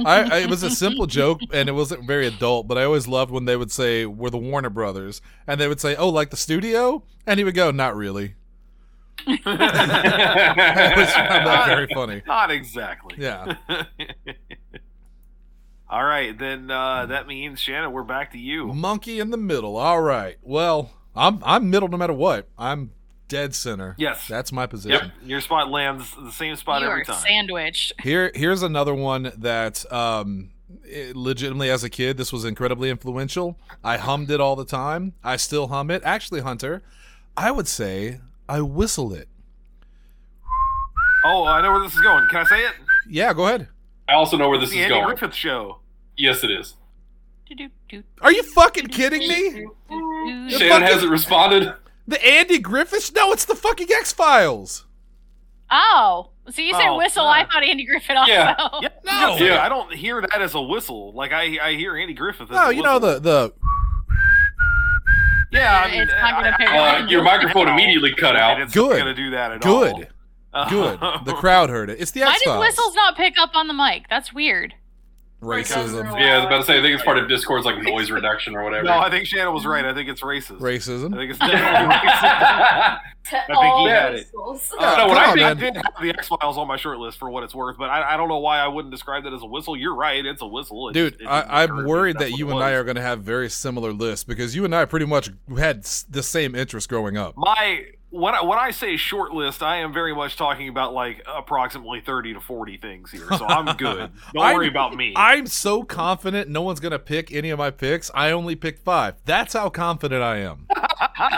[SPEAKER 1] I, I, it was a simple joke and it wasn't very adult, but I always loved when they would say, We're the Warner Brothers. And they would say, Oh, like the studio? And he would go, Not really. (laughs) I always found that very funny.
[SPEAKER 2] Not exactly.
[SPEAKER 1] Yeah.
[SPEAKER 2] All right, then uh, that means Shannon, we're back to you.
[SPEAKER 1] Monkey in the middle. All right. Well, I'm I'm middle no matter what. I'm dead center.
[SPEAKER 2] Yes.
[SPEAKER 1] That's my position.
[SPEAKER 2] Yep. Your spot lands the same spot
[SPEAKER 3] you
[SPEAKER 2] every
[SPEAKER 3] are
[SPEAKER 2] time.
[SPEAKER 3] sandwiched.
[SPEAKER 1] Here, here's another one that um, it- legitimately, as a kid, this was incredibly influential. I hummed it all the time. I still hum it. Actually, Hunter, I would say I whistle it.
[SPEAKER 2] oh, I know where this is going. Can I say it?
[SPEAKER 1] Yeah, go ahead.
[SPEAKER 5] I also know where this
[SPEAKER 2] It's the
[SPEAKER 5] is
[SPEAKER 2] Andy
[SPEAKER 5] going.
[SPEAKER 2] Griffith Show.
[SPEAKER 5] Yes, it is.
[SPEAKER 3] Do-do-do.
[SPEAKER 1] Are you fucking kidding me?
[SPEAKER 3] Do-do.
[SPEAKER 5] Shannon
[SPEAKER 1] fucking-
[SPEAKER 5] hasn't responded.
[SPEAKER 1] The Andy Griffith? No, it's the fucking X Files.
[SPEAKER 3] Oh, so you said
[SPEAKER 2] Oh,
[SPEAKER 3] whistle?
[SPEAKER 2] yeah.
[SPEAKER 3] I thought Andy Griffith also.
[SPEAKER 5] Yeah.
[SPEAKER 2] Yeah,
[SPEAKER 1] No.
[SPEAKER 2] I was gonna say,
[SPEAKER 5] Yeah.
[SPEAKER 2] I don't hear that as a whistle. Like I, I hear Andy Griffith. As
[SPEAKER 1] No,
[SPEAKER 2] a
[SPEAKER 1] you know
[SPEAKER 2] whistle.
[SPEAKER 1] the the
[SPEAKER 2] Yeah, I
[SPEAKER 3] It's
[SPEAKER 2] mean,
[SPEAKER 3] not gonna
[SPEAKER 2] I-
[SPEAKER 3] pick
[SPEAKER 2] I-
[SPEAKER 3] up.
[SPEAKER 5] Uh, your microphone immediately cut out.
[SPEAKER 2] It's
[SPEAKER 1] Good.
[SPEAKER 2] Not gonna do that at all. (laughs)
[SPEAKER 1] good, good.
[SPEAKER 2] Um, (laughs)
[SPEAKER 1] The crowd heard it. It's the
[SPEAKER 3] Why
[SPEAKER 1] X
[SPEAKER 3] did whistles
[SPEAKER 1] Files.
[SPEAKER 3] not pick up on the mic? That's weird.
[SPEAKER 1] Racism,
[SPEAKER 5] Yeah, I was about to say. I think it's part of Discord's like noise reduction or whatever.
[SPEAKER 2] No, I think Shannon was right. I think it's racist. I
[SPEAKER 1] racism. (laughs)
[SPEAKER 2] think it's
[SPEAKER 5] (laughs)
[SPEAKER 2] definitely racist.
[SPEAKER 4] To
[SPEAKER 2] think
[SPEAKER 4] all
[SPEAKER 2] he had it. Uh.
[SPEAKER 4] whistles.
[SPEAKER 1] Yeah,
[SPEAKER 5] no,
[SPEAKER 1] come
[SPEAKER 5] when I
[SPEAKER 1] on,
[SPEAKER 5] think-
[SPEAKER 2] I
[SPEAKER 1] man.
[SPEAKER 2] did have the X Files on my short list for what it's worth, but I, I don't know why I wouldn't describe that as a whistle. You're right, it's a whistle. It
[SPEAKER 1] Dude,
[SPEAKER 2] just- it didn't
[SPEAKER 1] I,
[SPEAKER 2] occur to
[SPEAKER 1] I'm
[SPEAKER 2] me
[SPEAKER 1] worried
[SPEAKER 2] that's
[SPEAKER 1] that
[SPEAKER 2] what
[SPEAKER 1] you
[SPEAKER 2] it
[SPEAKER 1] and I
[SPEAKER 2] was.
[SPEAKER 1] are going to have very similar lists because you and I pretty much had s- the same interests growing up.
[SPEAKER 2] My when I, when I say short list, I am very much talking about like approximately thirty to forty things here, so
[SPEAKER 1] (laughs)
[SPEAKER 2] I'm good. Don't
[SPEAKER 1] I'm-
[SPEAKER 2] worry about me.
[SPEAKER 1] I'm so confident no one's going to pick any of my picks. I only picked five. That's how confident I am.
[SPEAKER 2] (laughs)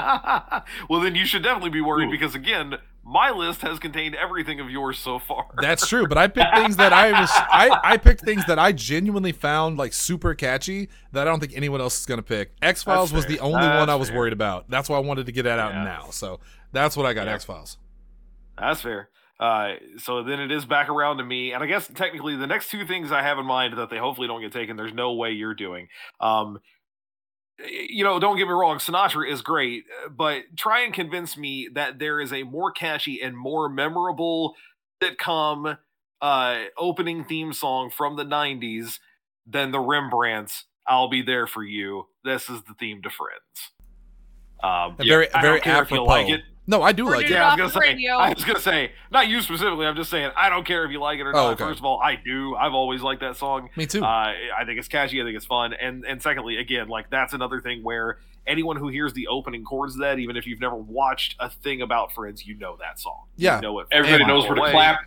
[SPEAKER 2] well, then you should definitely be worried
[SPEAKER 5] Ooh.
[SPEAKER 2] because again, my list has contained everything of yours so far.
[SPEAKER 1] That's true, but I picked things that I was I, I picked things that I genuinely found like super catchy that I don't think anyone else is going to pick. X Files was
[SPEAKER 2] fair.
[SPEAKER 1] the only
[SPEAKER 2] That's
[SPEAKER 1] one I was
[SPEAKER 2] fair.
[SPEAKER 1] worried about. That's why I wanted to get that out
[SPEAKER 2] Yeah.
[SPEAKER 1] now. So that's what I got.
[SPEAKER 2] Yeah.
[SPEAKER 1] X Files.
[SPEAKER 2] That's fair. Uh, so then it is back around to me, and I guess technically the next two things I have in mind that they hopefully don't get taken. There's no way you're doing. Um, y- you know, don't get me wrong, Sinatra is great, uh, but try and convince me that there is a more catchy and more memorable sitcom uh, opening theme song from the '90s than the Rembrandts. I'll be there for you. This is the theme to Friends. Um,
[SPEAKER 1] And very
[SPEAKER 2] I don't
[SPEAKER 1] very
[SPEAKER 2] care if you
[SPEAKER 1] apropos.
[SPEAKER 2] like it.
[SPEAKER 1] No, I do
[SPEAKER 3] We're
[SPEAKER 1] like
[SPEAKER 3] doing
[SPEAKER 1] it.
[SPEAKER 2] Yeah, I
[SPEAKER 3] off
[SPEAKER 2] was
[SPEAKER 3] the
[SPEAKER 2] gonna say.
[SPEAKER 3] radio.
[SPEAKER 2] I was gonna say, not you specifically. I'm just saying, I don't care if you like it or
[SPEAKER 1] Oh,
[SPEAKER 2] not.
[SPEAKER 1] okay.
[SPEAKER 2] First of all, I do. I've always liked that song.
[SPEAKER 1] Me too.
[SPEAKER 2] Uh, I think it's catchy. I think it's fun. And and secondly, again, like that's another thing where anyone who hears the opening chords of that, even if you've never watched a thing about Friends, you know that song.
[SPEAKER 1] Yeah.
[SPEAKER 2] you know it.
[SPEAKER 5] Everybody
[SPEAKER 1] Am I
[SPEAKER 5] knows where to
[SPEAKER 2] away?
[SPEAKER 5] clap.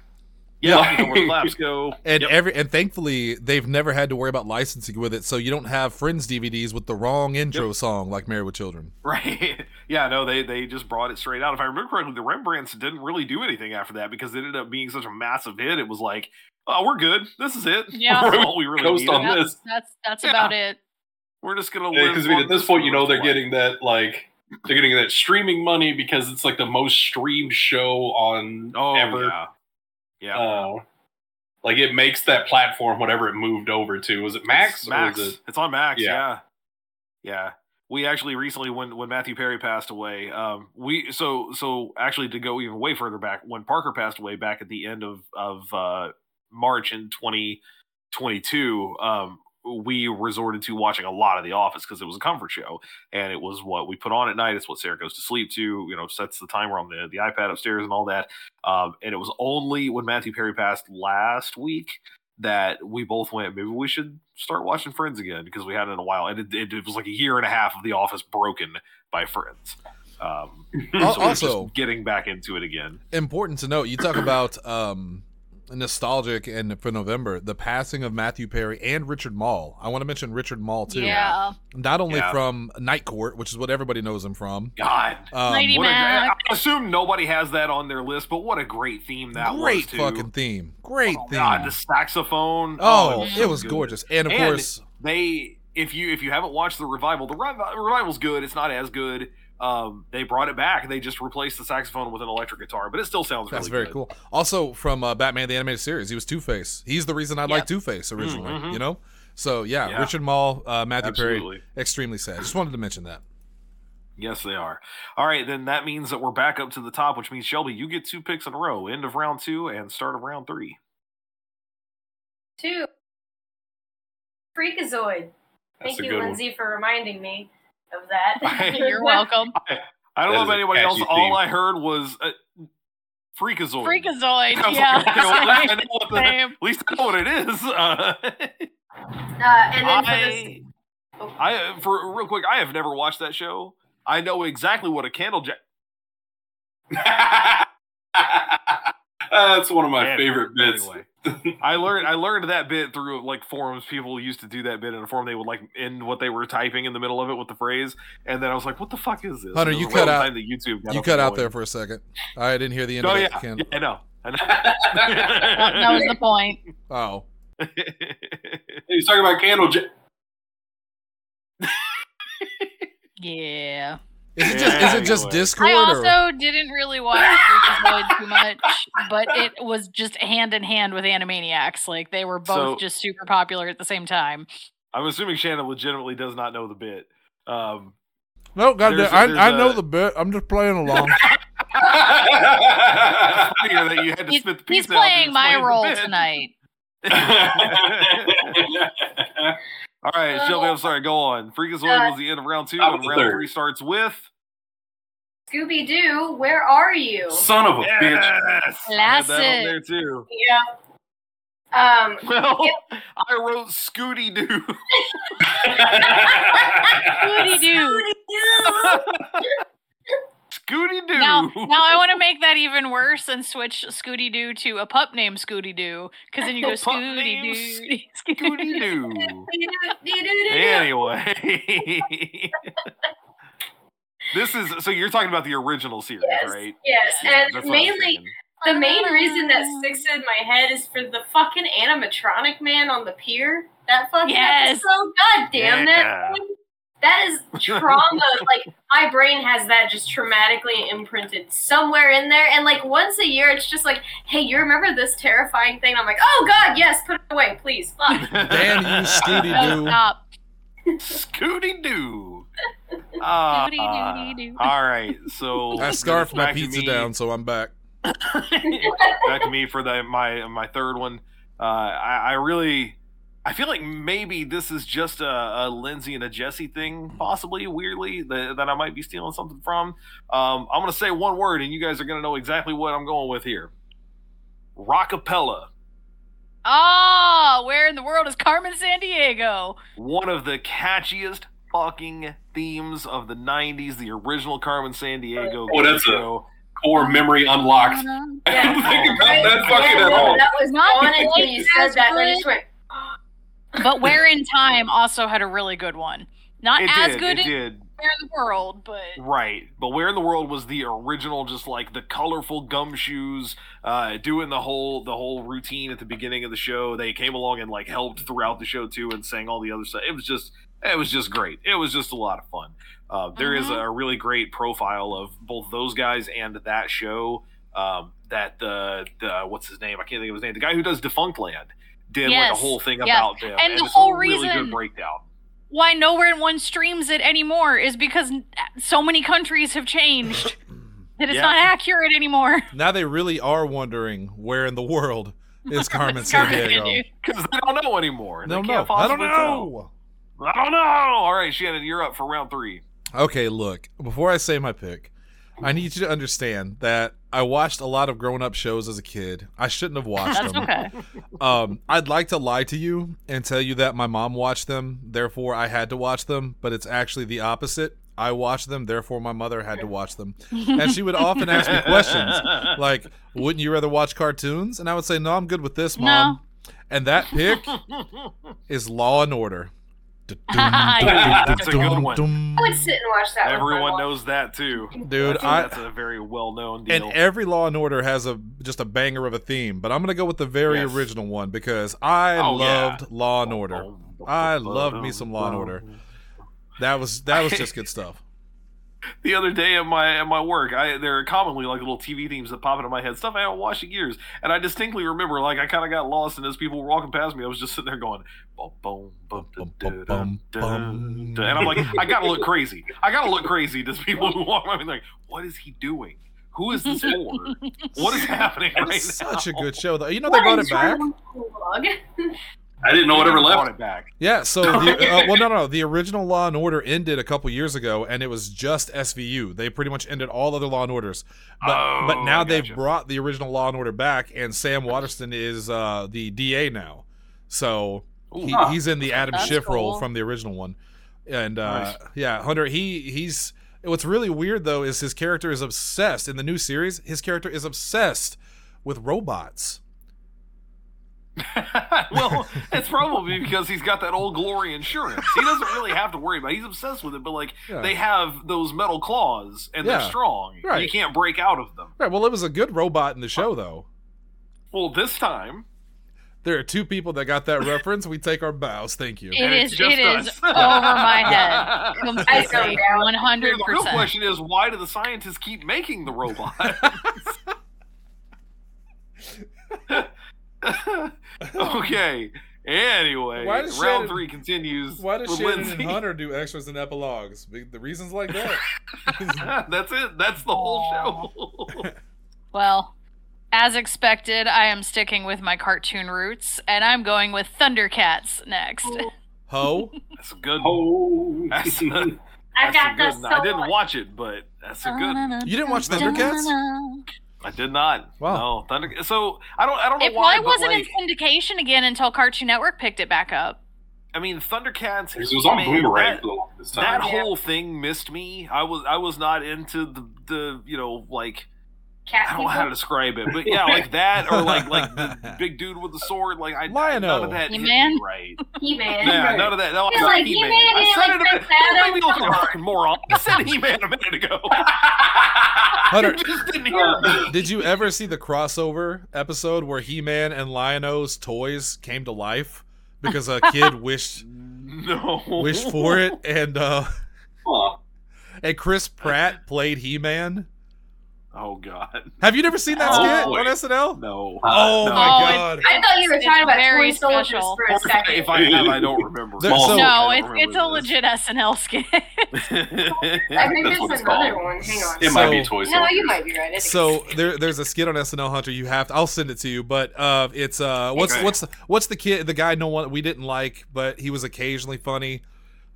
[SPEAKER 2] Yeah, you know where the
[SPEAKER 5] (laughs)
[SPEAKER 2] claps go.
[SPEAKER 1] And
[SPEAKER 2] Yep.
[SPEAKER 1] every and thankfully they've never had to worry about licensing with it, so you don't have Friends DVDs with the wrong intro song like Married with Children.
[SPEAKER 2] Right. Yeah, no, they they just brought it straight out. If I remember correctly, the Rembrandts didn't really do anything after that because it ended up being such a massive hit. It was like, oh, we're good. This is it.
[SPEAKER 3] Yeah.
[SPEAKER 2] (laughs) We're all we really
[SPEAKER 5] Coast
[SPEAKER 2] needed.
[SPEAKER 5] on
[SPEAKER 3] That's
[SPEAKER 5] this.
[SPEAKER 3] that's, that's
[SPEAKER 2] Yeah.
[SPEAKER 3] about it.
[SPEAKER 2] We're just gonna live.
[SPEAKER 5] Because I mean,
[SPEAKER 2] on
[SPEAKER 5] at this
[SPEAKER 2] this
[SPEAKER 5] point, you know
[SPEAKER 2] for the
[SPEAKER 5] they're
[SPEAKER 2] rest of
[SPEAKER 5] getting that like they're getting that streaming money because it's like the most streamed show on
[SPEAKER 2] our life.
[SPEAKER 5] ever.
[SPEAKER 2] Oh, yeah, yeah.
[SPEAKER 5] Uh, like it makes that platform whatever it moved over to. Was it Max?
[SPEAKER 2] It's
[SPEAKER 5] or
[SPEAKER 2] Max.
[SPEAKER 5] was it-
[SPEAKER 2] It's on Max.
[SPEAKER 5] Yeah.
[SPEAKER 2] Yeah. yeah, We actually recently, when when Matthew Perry passed away, um, we so so actually to go even way further back, when Parker passed away back at the end of of uh, March in twenty twenty two. Um, we resorted to watching a lot of The Office because it was a comfort show, and it was what we put on at night. It's what Sarah goes to sleep to. You know, sets the timer on the the iPad upstairs and all that. Um, and it was only when Matthew Perry passed last week that we both went, maybe we should start watching Friends again because we hadn't in a while. And it, it, it was like a year and a half of The Office broken by Friends.
[SPEAKER 1] (laughs)
[SPEAKER 2] Um, so
[SPEAKER 1] Al-
[SPEAKER 2] we're just
[SPEAKER 1] also-
[SPEAKER 2] getting back into it again.
[SPEAKER 1] Important to note, you talk (coughs) about um nostalgic and for November, the passing of Matthew Perry and Richard Mall. I want to mention Richard Mall too.
[SPEAKER 3] Yeah.
[SPEAKER 1] Not only
[SPEAKER 2] Yeah.
[SPEAKER 1] from Night Court, which is what everybody knows him from.
[SPEAKER 2] God.
[SPEAKER 1] Um,
[SPEAKER 3] Lady
[SPEAKER 2] What a, I
[SPEAKER 3] Mac.
[SPEAKER 2] assume nobody has that on their list, but what a great theme that was.
[SPEAKER 1] great
[SPEAKER 2] too.
[SPEAKER 1] fucking theme. Great
[SPEAKER 2] Oh,
[SPEAKER 1] theme.
[SPEAKER 2] God, the saxophone.
[SPEAKER 1] oh, it
[SPEAKER 2] so
[SPEAKER 1] was
[SPEAKER 2] good.
[SPEAKER 1] gorgeous. And of
[SPEAKER 2] And-
[SPEAKER 1] course
[SPEAKER 2] They if you if you haven't watched the revival, the revi- revival's good. It's not as good. Um, they brought it back. They just replaced the saxophone with an electric guitar, but it still sounds
[SPEAKER 1] That's
[SPEAKER 2] really
[SPEAKER 1] very cool. Also from uh, Batman the Animated Series, he was Two Face. He's the reason I
[SPEAKER 3] Yep.
[SPEAKER 1] like Two Face originally.
[SPEAKER 2] Mhm.
[SPEAKER 1] You know, so yeah,
[SPEAKER 2] Yeah.
[SPEAKER 1] Richard Mall, uh, Matthew Perry,
[SPEAKER 2] Absolutely.
[SPEAKER 1] extremely sad. Just wanted to mention that.
[SPEAKER 2] Yes, they are. All right, then that means that we're back up to the top, which means Shelby, you get two picks in a row. End of round two and start of round three.
[SPEAKER 4] Two. Freakazoid.
[SPEAKER 5] That's
[SPEAKER 4] Thank
[SPEAKER 5] a
[SPEAKER 4] you,
[SPEAKER 5] good
[SPEAKER 4] Lindsay, for reminding me of
[SPEAKER 2] (laughs)
[SPEAKER 4] that.
[SPEAKER 3] (laughs)
[SPEAKER 4] (laughs) Uh,
[SPEAKER 3] You're welcome.
[SPEAKER 2] I don't
[SPEAKER 5] That
[SPEAKER 2] know
[SPEAKER 5] is
[SPEAKER 2] about
[SPEAKER 5] a
[SPEAKER 2] anybody else.
[SPEAKER 5] catchy
[SPEAKER 2] All
[SPEAKER 5] theme.
[SPEAKER 2] I heard was uh, Freakazoid. (laughs)
[SPEAKER 3] Freakazoid.
[SPEAKER 2] I was like,
[SPEAKER 3] Yeah.
[SPEAKER 2] okay, well,
[SPEAKER 3] (laughs)
[SPEAKER 2] I know what the- at
[SPEAKER 3] Same.
[SPEAKER 2] least I know what it is. (laughs) Uh,
[SPEAKER 4] Uh, and then for this,
[SPEAKER 2] I,
[SPEAKER 3] Oh.
[SPEAKER 2] I, for real quick, I have never watched that show. I know exactly what a candle jack.
[SPEAKER 5] (laughs) That's one of my favorite bits.
[SPEAKER 2] Anyway, (laughs) I learned I learned that bit through like forums. People used to do that bit in a forum. They would like end what they were typing in the middle of it with the phrase, and then I was like, "What the fuck is this?"
[SPEAKER 1] Hunter,
[SPEAKER 2] It was
[SPEAKER 1] you
[SPEAKER 2] around
[SPEAKER 1] cut
[SPEAKER 2] the
[SPEAKER 1] out-
[SPEAKER 2] time that YouTube got
[SPEAKER 1] you
[SPEAKER 2] up
[SPEAKER 1] cut
[SPEAKER 2] and
[SPEAKER 1] out there
[SPEAKER 2] going.
[SPEAKER 1] for a second. I didn't hear the end
[SPEAKER 2] Oh
[SPEAKER 1] of
[SPEAKER 2] yeah,
[SPEAKER 1] it. Ken.
[SPEAKER 2] yeah, I know. I know.
[SPEAKER 3] That was the point.
[SPEAKER 1] Oh,
[SPEAKER 5] He's talking about candle. J- (laughs)
[SPEAKER 3] Yeah.
[SPEAKER 1] is it just
[SPEAKER 2] Yeah,
[SPEAKER 1] is it just
[SPEAKER 2] anyway.
[SPEAKER 1] Discord
[SPEAKER 3] I
[SPEAKER 1] or
[SPEAKER 3] also didn't really watch Freakazoid too much, but it was just hand in hand with Animaniacs. Like they were both
[SPEAKER 2] So-
[SPEAKER 3] just super popular at the same time.
[SPEAKER 2] (laughs) I'm assuming Shannon legitimately does not know the bit. Um,
[SPEAKER 1] no? Goddamn,
[SPEAKER 2] there's-
[SPEAKER 1] I,
[SPEAKER 2] there's
[SPEAKER 1] I know
[SPEAKER 2] a-
[SPEAKER 1] the bit. I'm just playing
[SPEAKER 2] (laughs)
[SPEAKER 1] along.
[SPEAKER 5] Oh,
[SPEAKER 2] funnier that you (laughs) had to
[SPEAKER 3] He's,
[SPEAKER 2] spit the
[SPEAKER 3] he's
[SPEAKER 2] pizza out to
[SPEAKER 3] playing my
[SPEAKER 2] explain the
[SPEAKER 3] role
[SPEAKER 2] bit.
[SPEAKER 3] tonight.
[SPEAKER 2] All right, Shelby, I'm sorry. Go on. Freakazoid
[SPEAKER 4] Uh,
[SPEAKER 2] was the end of round two,
[SPEAKER 5] Top
[SPEAKER 2] and
[SPEAKER 5] of the
[SPEAKER 2] round
[SPEAKER 5] third.
[SPEAKER 2] three starts with.
[SPEAKER 4] Scooby Doo, where are you?
[SPEAKER 5] Son of a bitch.
[SPEAKER 2] Yes! (laughs) I had that on
[SPEAKER 3] Classic.
[SPEAKER 2] there too.
[SPEAKER 4] yeah. Um,
[SPEAKER 2] Well, I wrote Scooty
[SPEAKER 4] (laughs)
[SPEAKER 2] Doo.
[SPEAKER 3] Scooty Doo.
[SPEAKER 2] (laughs) Scooty Doo.
[SPEAKER 3] Now, now I want to make that even worse and switch Scooty Doo to a pup named Scooty Doo, because then you go
[SPEAKER 2] Pup named
[SPEAKER 3] Scooty Doo. (laughs)
[SPEAKER 2] Scooty
[SPEAKER 4] (laughs)
[SPEAKER 2] Doo.
[SPEAKER 4] Doo-doo-doo-doo-doo.
[SPEAKER 2] Anyway. (laughs) this is so you're talking about the original series,
[SPEAKER 4] Yes,
[SPEAKER 2] right?
[SPEAKER 4] yes,
[SPEAKER 2] Yeah, that's what I
[SPEAKER 4] and
[SPEAKER 2] was
[SPEAKER 4] mainly
[SPEAKER 2] thinking.
[SPEAKER 4] the main reason that sticks in my head is for the fucking animatronic man on the pier. That fucking
[SPEAKER 3] Yes.
[SPEAKER 4] episode. God damn
[SPEAKER 2] Yeah.
[SPEAKER 4] that thing. That is trauma. like my brain has that just traumatically imprinted somewhere in there. And like once a year, it's just like, hey, you remember this terrifying thing? I'm like, oh god, yes, put it away, please.
[SPEAKER 2] (laughs)
[SPEAKER 4] Fuck.
[SPEAKER 1] Damn you, Scooty
[SPEAKER 3] (laughs) No,
[SPEAKER 1] Doo.
[SPEAKER 3] Oh, stop.
[SPEAKER 2] Scooty Doo. Ah,
[SPEAKER 3] Scooty-Doo-doo-doo.
[SPEAKER 2] all right, so
[SPEAKER 1] (laughs) I
[SPEAKER 2] it's
[SPEAKER 1] scarfed my
[SPEAKER 2] back to
[SPEAKER 1] pizza
[SPEAKER 2] me.
[SPEAKER 1] down, so I'm back.
[SPEAKER 2] back to me for the my my third one. Uh, I, I really, I feel like maybe this is just a, a Lindsay and a Jesse thing, possibly weirdly that, that I might be stealing something from. Um, I'm gonna say one word, and you guys are gonna know exactly what I'm going with here. Rockapella,
[SPEAKER 3] Oh, where in the world is Carmen San Diego?
[SPEAKER 2] one of the catchiest fucking themes of the '90s, the original Carmen San Diego.
[SPEAKER 5] Oh, that's a- Core memory unlocked.
[SPEAKER 4] Yeah.
[SPEAKER 5] (laughs) Think about that
[SPEAKER 4] I
[SPEAKER 5] fucking
[SPEAKER 4] don't
[SPEAKER 5] at
[SPEAKER 4] know,
[SPEAKER 5] all.
[SPEAKER 4] That was
[SPEAKER 3] Not
[SPEAKER 4] not on
[SPEAKER 3] the
[SPEAKER 4] until you said that. And I just went,
[SPEAKER 3] But Where in Time also had a really good one. Not
[SPEAKER 2] It
[SPEAKER 3] as
[SPEAKER 2] did.
[SPEAKER 3] good
[SPEAKER 2] it
[SPEAKER 3] as
[SPEAKER 2] did.
[SPEAKER 3] Where in the World, but
[SPEAKER 2] Right, but where in the world was the original? Just like the colorful gumshoes, uh, doing the whole the whole routine at the beginning of the show. They came along and like helped throughout the show too, and sang all the other stuff. It was just it was just great. It was just a lot of fun. Uh, there is
[SPEAKER 3] Mhm.
[SPEAKER 2] a really great profile of both those guys and that show. Um, that the the what's his name? I can't think of his name. The guy who does Defunct Land did like a
[SPEAKER 3] Yes,
[SPEAKER 2] whole thing
[SPEAKER 3] yes.
[SPEAKER 2] about them,
[SPEAKER 3] And the
[SPEAKER 2] it's
[SPEAKER 3] whole
[SPEAKER 2] a really
[SPEAKER 3] reason-
[SPEAKER 2] good breakdown.
[SPEAKER 3] why nowhere in one streams it anymore is because n- so many countries
[SPEAKER 2] (clears throat)
[SPEAKER 3] have changed that it's
[SPEAKER 2] Yeah.
[SPEAKER 3] not accurate
[SPEAKER 2] (laughs)
[SPEAKER 3] anymore.
[SPEAKER 1] Now they really are wondering where in the world is Carmen San
[SPEAKER 3] Carmen
[SPEAKER 1] Diego.
[SPEAKER 2] Because they don't know anymore. They
[SPEAKER 1] No,
[SPEAKER 2] can't
[SPEAKER 1] no, I don't
[SPEAKER 2] possibly tell.
[SPEAKER 1] know.
[SPEAKER 2] I don't know. All right, Shannon, you're up for round three.
[SPEAKER 1] Okay, look, before I say my pick, I need you to understand that I watched a lot of grown up shows as a kid. I shouldn't have watched
[SPEAKER 3] That's
[SPEAKER 1] them.
[SPEAKER 3] okay.
[SPEAKER 1] Um, I'd like to lie to you and tell you that my mom watched them, therefore I had to watch them, but it's actually the opposite. I watched them, therefore my mother had to watch them. And she would often ask me questions
[SPEAKER 3] (laughs)
[SPEAKER 1] like, wouldn't you rather watch cartoons? And I would say, no, I'm good with this,
[SPEAKER 3] No.
[SPEAKER 1] mom. And that
[SPEAKER 3] (laughs)
[SPEAKER 1] pick is Law and Order.
[SPEAKER 2] That's a good one.
[SPEAKER 4] I would sit and watch that. with
[SPEAKER 2] (laughs)
[SPEAKER 4] my
[SPEAKER 2] Everyone
[SPEAKER 4] mom.
[SPEAKER 2] knows that too.
[SPEAKER 1] Dude,
[SPEAKER 2] that's, a-
[SPEAKER 1] I-
[SPEAKER 2] that's a very well known
[SPEAKER 1] And
[SPEAKER 2] deal.
[SPEAKER 1] every Law and Order has a just a banger of a theme, but I'm gonna go with the very
[SPEAKER 2] Yes.
[SPEAKER 1] original one because I
[SPEAKER 2] Oh, yeah.
[SPEAKER 1] loved Law and Order.
[SPEAKER 2] Oh,
[SPEAKER 1] I love me some Law and Order. That was that was just
[SPEAKER 2] (laughs)
[SPEAKER 1] good stuff.
[SPEAKER 2] the other day at my at my work, I there are commonly like little TV themes that pop into my head, stuff I haven't watched in years, and I distinctly remember like I kind of got lost, and as people were walking past me, I was just sitting there going, bum, bum, bum,
[SPEAKER 1] Bum,
[SPEAKER 2] da,
[SPEAKER 1] bum,
[SPEAKER 2] da,
[SPEAKER 1] bum,
[SPEAKER 2] da,
[SPEAKER 1] bum.
[SPEAKER 2] da. and I'm like, (laughs) I gotta look
[SPEAKER 1] (laughs)
[SPEAKER 2] crazy, I gotta look crazy. There's people who walk by me like, what is he doing? Who is this for? What is happening
[SPEAKER 1] It
[SPEAKER 2] right
[SPEAKER 1] was
[SPEAKER 2] now?
[SPEAKER 1] such a good show though. You know they brought it back.
[SPEAKER 5] I didn't know whatever
[SPEAKER 2] Brought
[SPEAKER 5] left.
[SPEAKER 2] it back.
[SPEAKER 1] Yeah,
[SPEAKER 2] (laughs)
[SPEAKER 1] so the, uh, well, no, no, the original Law and Order ended a couple years ago, and it was just SVU. They pretty much ended all other Law and Orders, but
[SPEAKER 2] Oh,
[SPEAKER 1] but now
[SPEAKER 2] I
[SPEAKER 1] they've
[SPEAKER 2] gotcha.
[SPEAKER 1] brought the original Law and Order back, and Sam Waterston is uh, the DA now, so he,
[SPEAKER 5] Ooh.
[SPEAKER 1] he's in the Adam
[SPEAKER 3] That's
[SPEAKER 1] Schiff role
[SPEAKER 3] cool.
[SPEAKER 1] from the original one, and uh, yeah, Hunter he he's what's really weird though is his character is obsessed in the new series. His character is obsessed with robots.
[SPEAKER 2] (laughs) well, it's probably because he's got that old glory insurance. He doesn't really have to worry about. it. He's obsessed with it, but like
[SPEAKER 1] Yeah.
[SPEAKER 2] they have those metal claws and
[SPEAKER 1] Yeah.
[SPEAKER 2] they're strong.
[SPEAKER 1] Right.
[SPEAKER 2] You can't break out of them.
[SPEAKER 1] Right. Well, it was a good robot in the show though.
[SPEAKER 2] Well, this time
[SPEAKER 1] There are two people that got (laughs) that reference. We take our bows. Thank you.
[SPEAKER 3] (laughs) It
[SPEAKER 2] and
[SPEAKER 3] is.
[SPEAKER 2] it's just
[SPEAKER 3] It is
[SPEAKER 2] us.
[SPEAKER 3] over my head.
[SPEAKER 2] (laughs)
[SPEAKER 4] I
[SPEAKER 3] Completely.
[SPEAKER 4] go down.
[SPEAKER 3] One
[SPEAKER 2] Hey,
[SPEAKER 3] hundred
[SPEAKER 2] the real
[SPEAKER 3] percent.
[SPEAKER 2] question is why do the scientists keep making the robot?
[SPEAKER 3] (laughs)
[SPEAKER 2] (laughs) okay. Anyway,
[SPEAKER 1] Why
[SPEAKER 2] round
[SPEAKER 1] does Shannon-
[SPEAKER 2] three continues.
[SPEAKER 1] Why does
[SPEAKER 2] with
[SPEAKER 1] Shannon
[SPEAKER 2] Lindsay.
[SPEAKER 1] and Hunter do extras and epilogues? Be- The reasons like that.
[SPEAKER 2] (laughs) That's it. That's the whole
[SPEAKER 3] (laughs)
[SPEAKER 2] show.
[SPEAKER 3] Well, as expected, I am sticking with my cartoon roots, and I'm going with Thundercats next.
[SPEAKER 2] Oh,
[SPEAKER 1] Ho.
[SPEAKER 2] That's a good. one.
[SPEAKER 5] Oh. (laughs)
[SPEAKER 2] That's a- That's
[SPEAKER 4] I've
[SPEAKER 2] a
[SPEAKER 4] got
[SPEAKER 2] good
[SPEAKER 4] this.
[SPEAKER 2] one. I didn't watch it, but that's
[SPEAKER 3] Oh,
[SPEAKER 2] a good.
[SPEAKER 1] You didn't
[SPEAKER 3] (laughs)
[SPEAKER 1] watch Thundercats?
[SPEAKER 2] I did not.
[SPEAKER 1] Wow.
[SPEAKER 2] No, Thunder. So I don't. I don't know
[SPEAKER 3] It
[SPEAKER 2] why.
[SPEAKER 3] probably
[SPEAKER 2] But
[SPEAKER 3] wasn't
[SPEAKER 2] like,
[SPEAKER 3] in syndication again until Cartoon Network picked it back up.
[SPEAKER 2] I mean, Thundercats.
[SPEAKER 5] It was on
[SPEAKER 2] man,
[SPEAKER 5] Boomerang
[SPEAKER 2] that-
[SPEAKER 5] for the longest
[SPEAKER 2] That
[SPEAKER 5] time.
[SPEAKER 4] Yeah.
[SPEAKER 2] whole thing missed me. I was. I was not into the the you know like (laughs)
[SPEAKER 4] Cat
[SPEAKER 2] I don't know how to
[SPEAKER 4] people.
[SPEAKER 2] describe it, but yeah, like that or like
[SPEAKER 1] (laughs)
[SPEAKER 2] like the big dude with the sword. Like I none
[SPEAKER 1] Lionel.
[SPEAKER 2] of that hit
[SPEAKER 3] He-Man?
[SPEAKER 2] me right.
[SPEAKER 4] He-Man.
[SPEAKER 2] Yeah, none of that. No, I
[SPEAKER 4] He's
[SPEAKER 2] said
[SPEAKER 4] like,
[SPEAKER 2] He-Man.
[SPEAKER 4] He-Man,
[SPEAKER 2] I
[SPEAKER 4] he
[SPEAKER 2] said
[SPEAKER 4] like
[SPEAKER 2] it a minute.
[SPEAKER 4] breaks out
[SPEAKER 2] Don't make me
[SPEAKER 4] of-
[SPEAKER 2] look like a fucking moron. I said He-Man a minute ago.
[SPEAKER 1] (laughs) Hunter.
[SPEAKER 2] You just didn't hear me.
[SPEAKER 1] Did you ever see the crossover episode where He-Man and Lion-O's toys came to life because a
[SPEAKER 3] (laughs)
[SPEAKER 1] kid wished
[SPEAKER 2] No.
[SPEAKER 1] wished for it, and uh,
[SPEAKER 5] Huh.
[SPEAKER 1] and Chris Pratt played He-Man?
[SPEAKER 2] (laughs) Oh God.
[SPEAKER 1] Have you never seen that
[SPEAKER 3] Oh,
[SPEAKER 1] skit
[SPEAKER 5] boy.
[SPEAKER 1] on SNL?
[SPEAKER 2] No.
[SPEAKER 1] Oh
[SPEAKER 2] No.
[SPEAKER 1] my
[SPEAKER 3] Oh, it's-
[SPEAKER 1] god!
[SPEAKER 4] I thought you were talking about
[SPEAKER 3] Very
[SPEAKER 4] toy soldiers
[SPEAKER 3] special.
[SPEAKER 4] for a
[SPEAKER 2] If I,
[SPEAKER 4] second.
[SPEAKER 2] if I have, I don't remember.
[SPEAKER 1] There- so- Oh,
[SPEAKER 3] no,
[SPEAKER 2] I
[SPEAKER 3] it's
[SPEAKER 2] don't
[SPEAKER 3] it's a
[SPEAKER 2] remember (laughs)
[SPEAKER 3] legit SNL skit.
[SPEAKER 2] this.
[SPEAKER 4] I think
[SPEAKER 5] That's what
[SPEAKER 4] there's
[SPEAKER 5] it's called.
[SPEAKER 4] another one. Hang on.
[SPEAKER 5] It might be Toy Soldier.
[SPEAKER 4] no, you might be right. I think
[SPEAKER 1] So there, there's a skit on SNL Hunter. You have to. I'll send it to you. But uh, it's uh, what's
[SPEAKER 2] Okay.
[SPEAKER 1] what's what's the kid, the guy, no one we didn't like, but he was occasionally funny.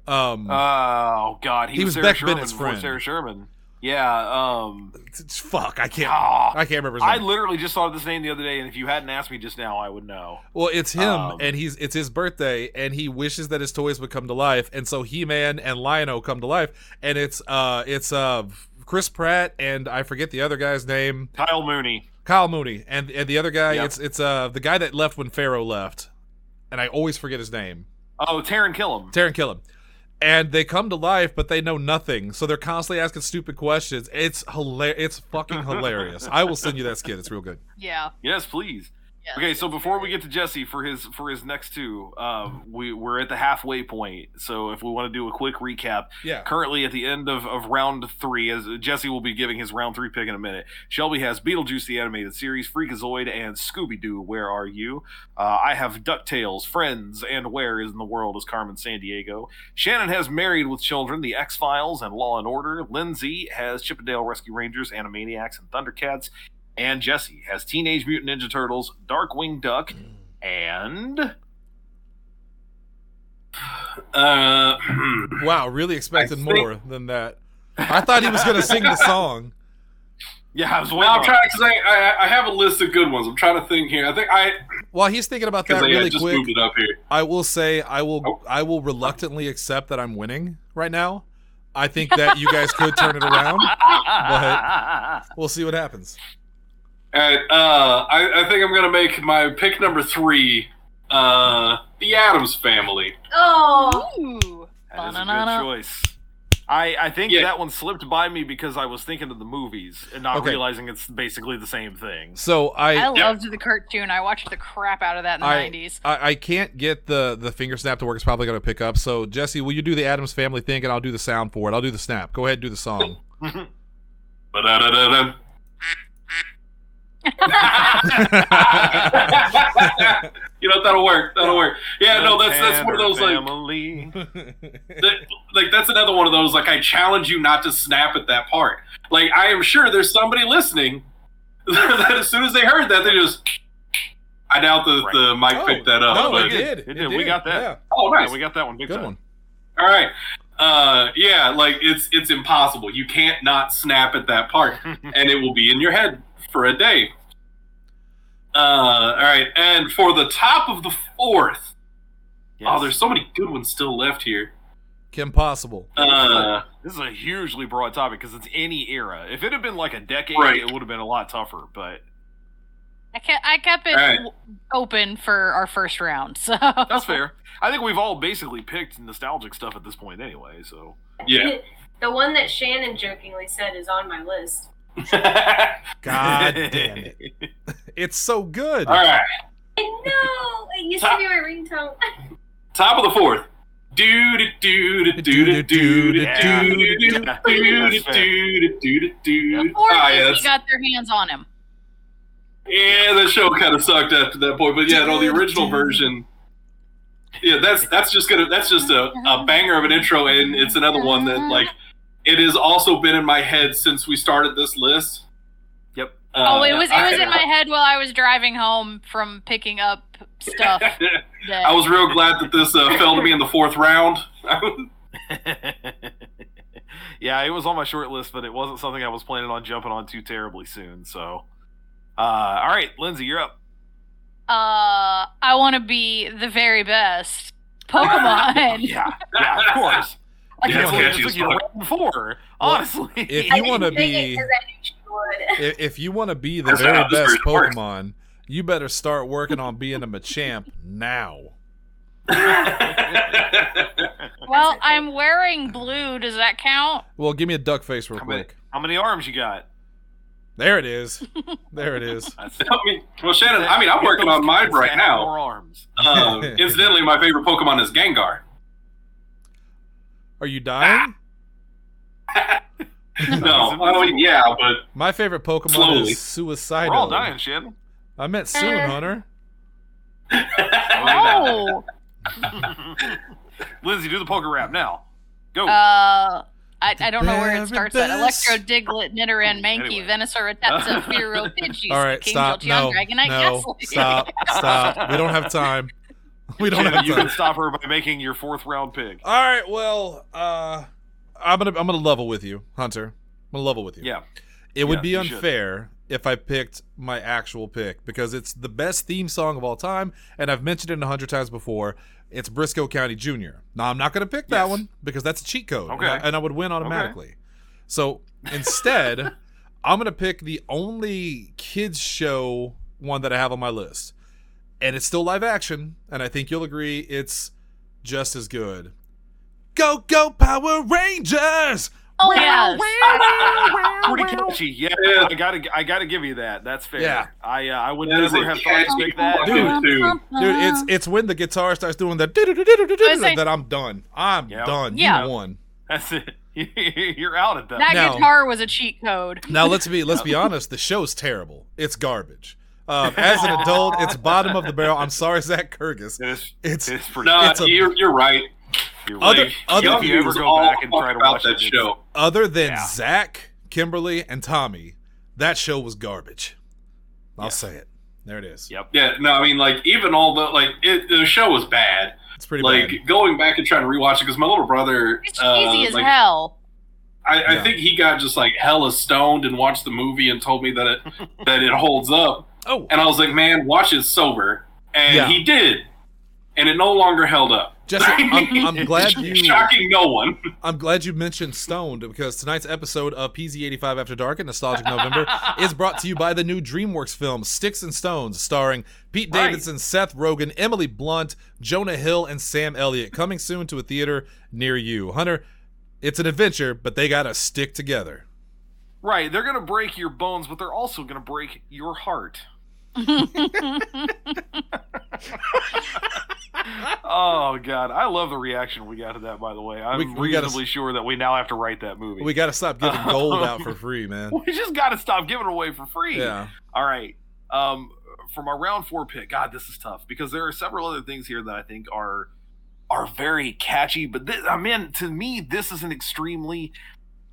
[SPEAKER 1] Um,
[SPEAKER 2] oh God, he,
[SPEAKER 1] He was
[SPEAKER 2] was, Sarah
[SPEAKER 1] Beck
[SPEAKER 2] Sherman
[SPEAKER 1] Bennett's
[SPEAKER 2] before
[SPEAKER 1] friend.
[SPEAKER 2] Sarah Sherman. Yeah. Um.
[SPEAKER 1] t- t- fuck, I can't,
[SPEAKER 2] ah,
[SPEAKER 1] I can't remember. His
[SPEAKER 2] I
[SPEAKER 1] name.
[SPEAKER 2] literally just saw this name the other day, and if you hadn't asked me just now, I would know.
[SPEAKER 1] well, it's him,
[SPEAKER 2] um,
[SPEAKER 1] and he's it's his birthday, and he wishes that his toys would come to life, and so He Man and Lion-O come to life, and it's uh, it's uh, Chris Pratt and I forget the other guy's name,
[SPEAKER 2] Kyle Mooney.
[SPEAKER 1] Kyle Mooney, and and the other guy,
[SPEAKER 2] Yeah.
[SPEAKER 1] it's it's uh, the guy that left when Pharaoh left, and I always forget his name.
[SPEAKER 2] Oh, Taron Killam.
[SPEAKER 1] Taron Killam. And they come to life, but they know nothing. So they're constantly asking stupid questions. It's hilarious. It's fucking hilarious. I will send you that skit. It's real good.
[SPEAKER 3] (laughs) yeah.
[SPEAKER 2] yes, please.
[SPEAKER 3] Yes.
[SPEAKER 2] Okay, so before we get to Jesse for his for his next two, um, we we're at the halfway point. So if we want to do a quick recap,
[SPEAKER 1] Yeah.
[SPEAKER 2] currently at the end of, of round three, as Jesse will be giving his round three pick in a minute. Shelby has Beetlejuice the animated series, Freakazoid, and Scooby Doo. Where are you? Uh, I have Ducktales, Friends, and Where is in the World is Carmen San Diego. Shannon has Married with Children, The X Files, and Law and Order. Lindsay has Chippendale Rescue Rangers, Animaniacs, and Thundercats. And Jesse has Teenage Mutant Ninja Turtles, Darkwing Duck, and
[SPEAKER 5] Uh, (clears throat)
[SPEAKER 1] Wow. Really expected
[SPEAKER 5] I think-
[SPEAKER 1] more than that. I thought he was going to sing
[SPEAKER 5] (laughs)
[SPEAKER 1] the song.
[SPEAKER 2] yeah, I was
[SPEAKER 5] well,
[SPEAKER 2] waiting.
[SPEAKER 5] I'm
[SPEAKER 2] on- (laughs)
[SPEAKER 5] trying because I, I I have a list of good ones. I'm trying to think here. I think I
[SPEAKER 1] While he's thinking about that
[SPEAKER 5] because I
[SPEAKER 1] really
[SPEAKER 5] just
[SPEAKER 1] quick,
[SPEAKER 5] moved it up here.
[SPEAKER 1] I will say I will
[SPEAKER 5] Oh.
[SPEAKER 1] I will reluctantly accept that I'm winning right now. I think that you guys could turn it around. We'll see what happens.
[SPEAKER 5] All right, uh, I, I think I'm gonna make my pick number three. Uh, the Adams Family.
[SPEAKER 4] Oh,
[SPEAKER 3] Ooh.
[SPEAKER 2] That is a
[SPEAKER 3] Ba-na-na-na.
[SPEAKER 2] good choice. I, I think
[SPEAKER 5] Yeah.
[SPEAKER 2] that one slipped by me because I was thinking of the movies and not
[SPEAKER 1] Okay.
[SPEAKER 2] realizing it's basically the same thing.
[SPEAKER 1] So I
[SPEAKER 3] I loved the cartoon. I watched the crap out of that in the
[SPEAKER 1] I-
[SPEAKER 3] 90s.
[SPEAKER 1] I, I can't get the the finger snap to work. It's probably going to pick up. So Jesse, will you do the Adams Family thing, and I'll do the sound for it. I'll do the snap. Go ahead, and do the
[SPEAKER 5] (laughs)
[SPEAKER 1] song. (laughs)
[SPEAKER 5] Ba-da-da-da-da. (laughs) you know that'll work. That'll work. Yeah, no, that's that's one of those like
[SPEAKER 2] family.
[SPEAKER 5] that, like that's another one of those like I challenge you not to snap at that part. Like I am sure there's somebody listening (laughs) that as soon as they heard that they just I doubt the,
[SPEAKER 2] Right.
[SPEAKER 5] the mic
[SPEAKER 1] Oh,
[SPEAKER 5] picked that up.
[SPEAKER 1] No,
[SPEAKER 5] but,
[SPEAKER 1] it did.
[SPEAKER 2] It did. We got that.
[SPEAKER 5] Oh, nice.
[SPEAKER 2] Yeah, we got that one. Big
[SPEAKER 1] Yeah, good
[SPEAKER 2] time.
[SPEAKER 1] one.
[SPEAKER 5] All right. Uh, yeah, like it's it's impossible. You can't not snap at
[SPEAKER 2] (laughs)
[SPEAKER 5] that part, and it will be in your head for a day. Uh, all right, and for the top of the fourth.
[SPEAKER 2] Yes.
[SPEAKER 5] Oh, there's so many good ones still left here.
[SPEAKER 1] Kim Possible.
[SPEAKER 5] Uh,
[SPEAKER 2] This is a hugely broad topic because it's any era. If it had been like a decade,
[SPEAKER 5] Right.
[SPEAKER 2] it would have been a lot tougher. But
[SPEAKER 3] I kept, I kept it
[SPEAKER 5] Alright.
[SPEAKER 3] w- open for our first round. (laughs) So
[SPEAKER 2] that's fair. I think we've all basically picked nostalgic stuff at this point anyway. So
[SPEAKER 4] (laughs)
[SPEAKER 5] yeah. (laughs)
[SPEAKER 4] The one that Shannon jokingly said is on my list.
[SPEAKER 5] (laughs)
[SPEAKER 1] God damn it! It's so good.
[SPEAKER 5] all right,
[SPEAKER 4] I know. It used to be my
[SPEAKER 1] (laughs)
[SPEAKER 4] ringtone.
[SPEAKER 5] top of the fourth. Do do do do do do do do do do do do do do.
[SPEAKER 3] before
[SPEAKER 5] Ah,
[SPEAKER 3] Disney
[SPEAKER 5] yes.
[SPEAKER 3] got their hands on him.
[SPEAKER 5] Yeah, the show kind of sucked after that point, but yeah, no, the original version. Yeah, that's that's just gonna that's just a, a banger of an intro, and it's another one that like it has also been in my head since we started this list.
[SPEAKER 2] Yep.
[SPEAKER 5] Uh,
[SPEAKER 3] oh, it was it
[SPEAKER 5] I-
[SPEAKER 3] was in my head while I was driving home from picking up stuff. that-
[SPEAKER 5] (laughs) I was real glad that this uh, fell to me in the fourth round.
[SPEAKER 2] (laughs) yeah, it was on my short list, but it wasn't something I was planning on jumping on too terribly soon. So, uh, all right, Lindsay, you're up.
[SPEAKER 3] uh, I want to be the very best
[SPEAKER 2] (laughs)
[SPEAKER 3] Pokemon.
[SPEAKER 5] (laughs)
[SPEAKER 2] yeah, yeah, of course. Like,
[SPEAKER 5] Yeah,
[SPEAKER 2] that's what it
[SPEAKER 5] catchy
[SPEAKER 2] took
[SPEAKER 5] as
[SPEAKER 2] you to
[SPEAKER 5] fuck.
[SPEAKER 2] round (laughs) four, honestly.
[SPEAKER 1] If
[SPEAKER 4] I
[SPEAKER 1] you
[SPEAKER 4] didn't
[SPEAKER 1] want to
[SPEAKER 4] pick it
[SPEAKER 1] be,
[SPEAKER 4] 'cause I knew she would. (laughs)
[SPEAKER 1] if, if you want to be the
[SPEAKER 5] That's
[SPEAKER 1] very
[SPEAKER 5] how this
[SPEAKER 1] best
[SPEAKER 5] version works.
[SPEAKER 1] Pokemon, you better start working on being a Machamp now.
[SPEAKER 3] Well, I'm wearing blue. Does that count?
[SPEAKER 1] Well, give me a duck face real
[SPEAKER 2] How many,
[SPEAKER 1] quick.
[SPEAKER 2] (laughs) how many arms you got?
[SPEAKER 1] There it is. There it
[SPEAKER 5] (laughs)
[SPEAKER 1] is.
[SPEAKER 2] That's-
[SPEAKER 5] I mean, well, Shannon, I mean, I'm working on mine right now.
[SPEAKER 2] More arms.
[SPEAKER 1] (laughs)
[SPEAKER 5] Um, incidentally, my favorite Pokemon
[SPEAKER 3] (laughs)
[SPEAKER 5] is Gengar.
[SPEAKER 1] Are you dying?
[SPEAKER 5] No, I mean, yeah, but
[SPEAKER 1] My favorite Pokemon
[SPEAKER 5] Slowly.
[SPEAKER 1] is Suicidal.
[SPEAKER 2] We're all dying,
[SPEAKER 5] (laughs)
[SPEAKER 2] Shannon.
[SPEAKER 1] I meant soon,
[SPEAKER 4] Eh.
[SPEAKER 1] Hunter.
[SPEAKER 3] Oh,
[SPEAKER 2] Lindsay, do the poker rap now. Go.
[SPEAKER 3] uh, I, I don't know where
[SPEAKER 1] very
[SPEAKER 3] it starts. At
[SPEAKER 1] best.
[SPEAKER 3] Electro, Diglett, Nidoran, Mankey,
[SPEAKER 2] Anyway.
[SPEAKER 3] Venusaur,
[SPEAKER 5] (laughs)
[SPEAKER 3] Rattata, Fearow, Pidgey,
[SPEAKER 1] All right,
[SPEAKER 3] King
[SPEAKER 1] stop.
[SPEAKER 3] Jolteon,
[SPEAKER 1] No,
[SPEAKER 3] Dragonite,
[SPEAKER 1] no,
[SPEAKER 3] Gastly.
[SPEAKER 1] stop, stop. We don't have time. (laughs) We don't
[SPEAKER 2] Shannon,
[SPEAKER 1] have
[SPEAKER 2] you
[SPEAKER 1] time.
[SPEAKER 2] can stop her by making your fourth round pick.
[SPEAKER 1] All right, well, uh, I'm gonna I'm gonna level with you, Hunter. I'm gonna level with you.
[SPEAKER 2] Yeah.
[SPEAKER 1] It would
[SPEAKER 2] Yeah,
[SPEAKER 1] be
[SPEAKER 2] you should.
[SPEAKER 1] unfair if I picked my actual pick because it's the best theme song of all time, and I've mentioned it a hundred times before. It's Briscoe County Jr. Now I'm not going to pick that
[SPEAKER 2] Yes.
[SPEAKER 1] one because that's a cheat code, and
[SPEAKER 2] Okay.
[SPEAKER 1] I- and I, would win automatically. So instead, I'm going to pick the only kids show one that I have on my list, and it's still live action, and I think you'll agree it's just as good. Go go Power Rangers!
[SPEAKER 3] (laughs) Oh yes.
[SPEAKER 2] Pretty catchy. Yeah,
[SPEAKER 5] Yeah.
[SPEAKER 2] I gotta, I gotta give you that. That's fair.
[SPEAKER 1] Yeah.
[SPEAKER 2] I, uh, I would
[SPEAKER 5] That is
[SPEAKER 2] never
[SPEAKER 5] a
[SPEAKER 2] have thought to
[SPEAKER 5] catchy
[SPEAKER 2] pick that.
[SPEAKER 5] fucking
[SPEAKER 1] Dude.
[SPEAKER 5] tune.
[SPEAKER 1] Dude, it's it's when the guitar starts doing the that
[SPEAKER 3] saying-
[SPEAKER 1] that I'm done. I'm
[SPEAKER 2] Yeah.
[SPEAKER 1] done.
[SPEAKER 3] Yeah.
[SPEAKER 1] You won.
[SPEAKER 2] That's it. (laughs) You're out at that.
[SPEAKER 3] that
[SPEAKER 1] No.
[SPEAKER 3] guitar was a cheat code.
[SPEAKER 1] Now let's be let's be honest. The show's terrible. It's garbage. Um, as an adult, it's bottom of the barrel. I'm sorry, Zach Kurgis.
[SPEAKER 2] it is,
[SPEAKER 1] It's
[SPEAKER 2] it's pretty.
[SPEAKER 5] No,
[SPEAKER 1] It's a-
[SPEAKER 5] you're, you're right.
[SPEAKER 2] you're right.
[SPEAKER 1] Other-
[SPEAKER 5] Like,
[SPEAKER 1] other-
[SPEAKER 5] young
[SPEAKER 2] If you ever
[SPEAKER 5] dudes
[SPEAKER 2] go
[SPEAKER 5] all
[SPEAKER 2] back and
[SPEAKER 5] talk
[SPEAKER 2] try to
[SPEAKER 5] about
[SPEAKER 2] watch
[SPEAKER 5] that
[SPEAKER 2] it, it's-
[SPEAKER 5] show.
[SPEAKER 1] Other than
[SPEAKER 2] Yeah.
[SPEAKER 1] Zach, Kimberly, and Tommy, that show was garbage. I'll
[SPEAKER 2] Yeah.
[SPEAKER 1] say it. There it is.
[SPEAKER 2] Yep.
[SPEAKER 5] Yeah, no, I mean, like even all the like it, the show was bad.
[SPEAKER 1] It's pretty
[SPEAKER 5] like
[SPEAKER 1] bad.
[SPEAKER 5] going back and trying to rewatch it because my little brother,
[SPEAKER 3] It's
[SPEAKER 5] uh,
[SPEAKER 3] cheesy as
[SPEAKER 5] like,
[SPEAKER 3] hell.
[SPEAKER 5] I,
[SPEAKER 1] Yeah.
[SPEAKER 5] I think he got just like hella stoned and watched the movie and told me
[SPEAKER 1] (laughs)
[SPEAKER 5] that it that it holds up,
[SPEAKER 1] Oh,
[SPEAKER 5] (laughs) and I was like, man, watch it sober, and
[SPEAKER 1] Yeah.
[SPEAKER 5] he did, and it no longer held up.
[SPEAKER 1] Jesse, I'm,
[SPEAKER 5] (laughs)
[SPEAKER 1] I'm glad you.
[SPEAKER 5] Shocking no one.
[SPEAKER 1] I'm glad you mentioned Stoned because tonight's episode of PZ85 After Dark and Nostalgic November is brought to you by the new DreamWorks film Sticks and Stones, starring Pete
[SPEAKER 2] Right.
[SPEAKER 1] Davidson, Seth Rogen, Emily Blunt, Jonah Hill, and Sam Elliott. Coming soon to a theater near you. Hunter, It's an adventure, but they gotta stick together.
[SPEAKER 2] Right, they're gonna break your bones, but they're also gonna break your heart. (laughs) oh god, I love the reaction we got to that. By the way, I'm
[SPEAKER 1] We- we gotta
[SPEAKER 2] reasonably sure that we now have to write that movie.
[SPEAKER 1] We gotta stop giving gold out for free, man.
[SPEAKER 2] (laughs) We just got to stop giving it away for free.
[SPEAKER 1] Yeah.
[SPEAKER 2] All right. Um, for my round four pick, God, this is tough because there are several other things here that I think are are very catchy. But this, I mean, to me, this is an extremely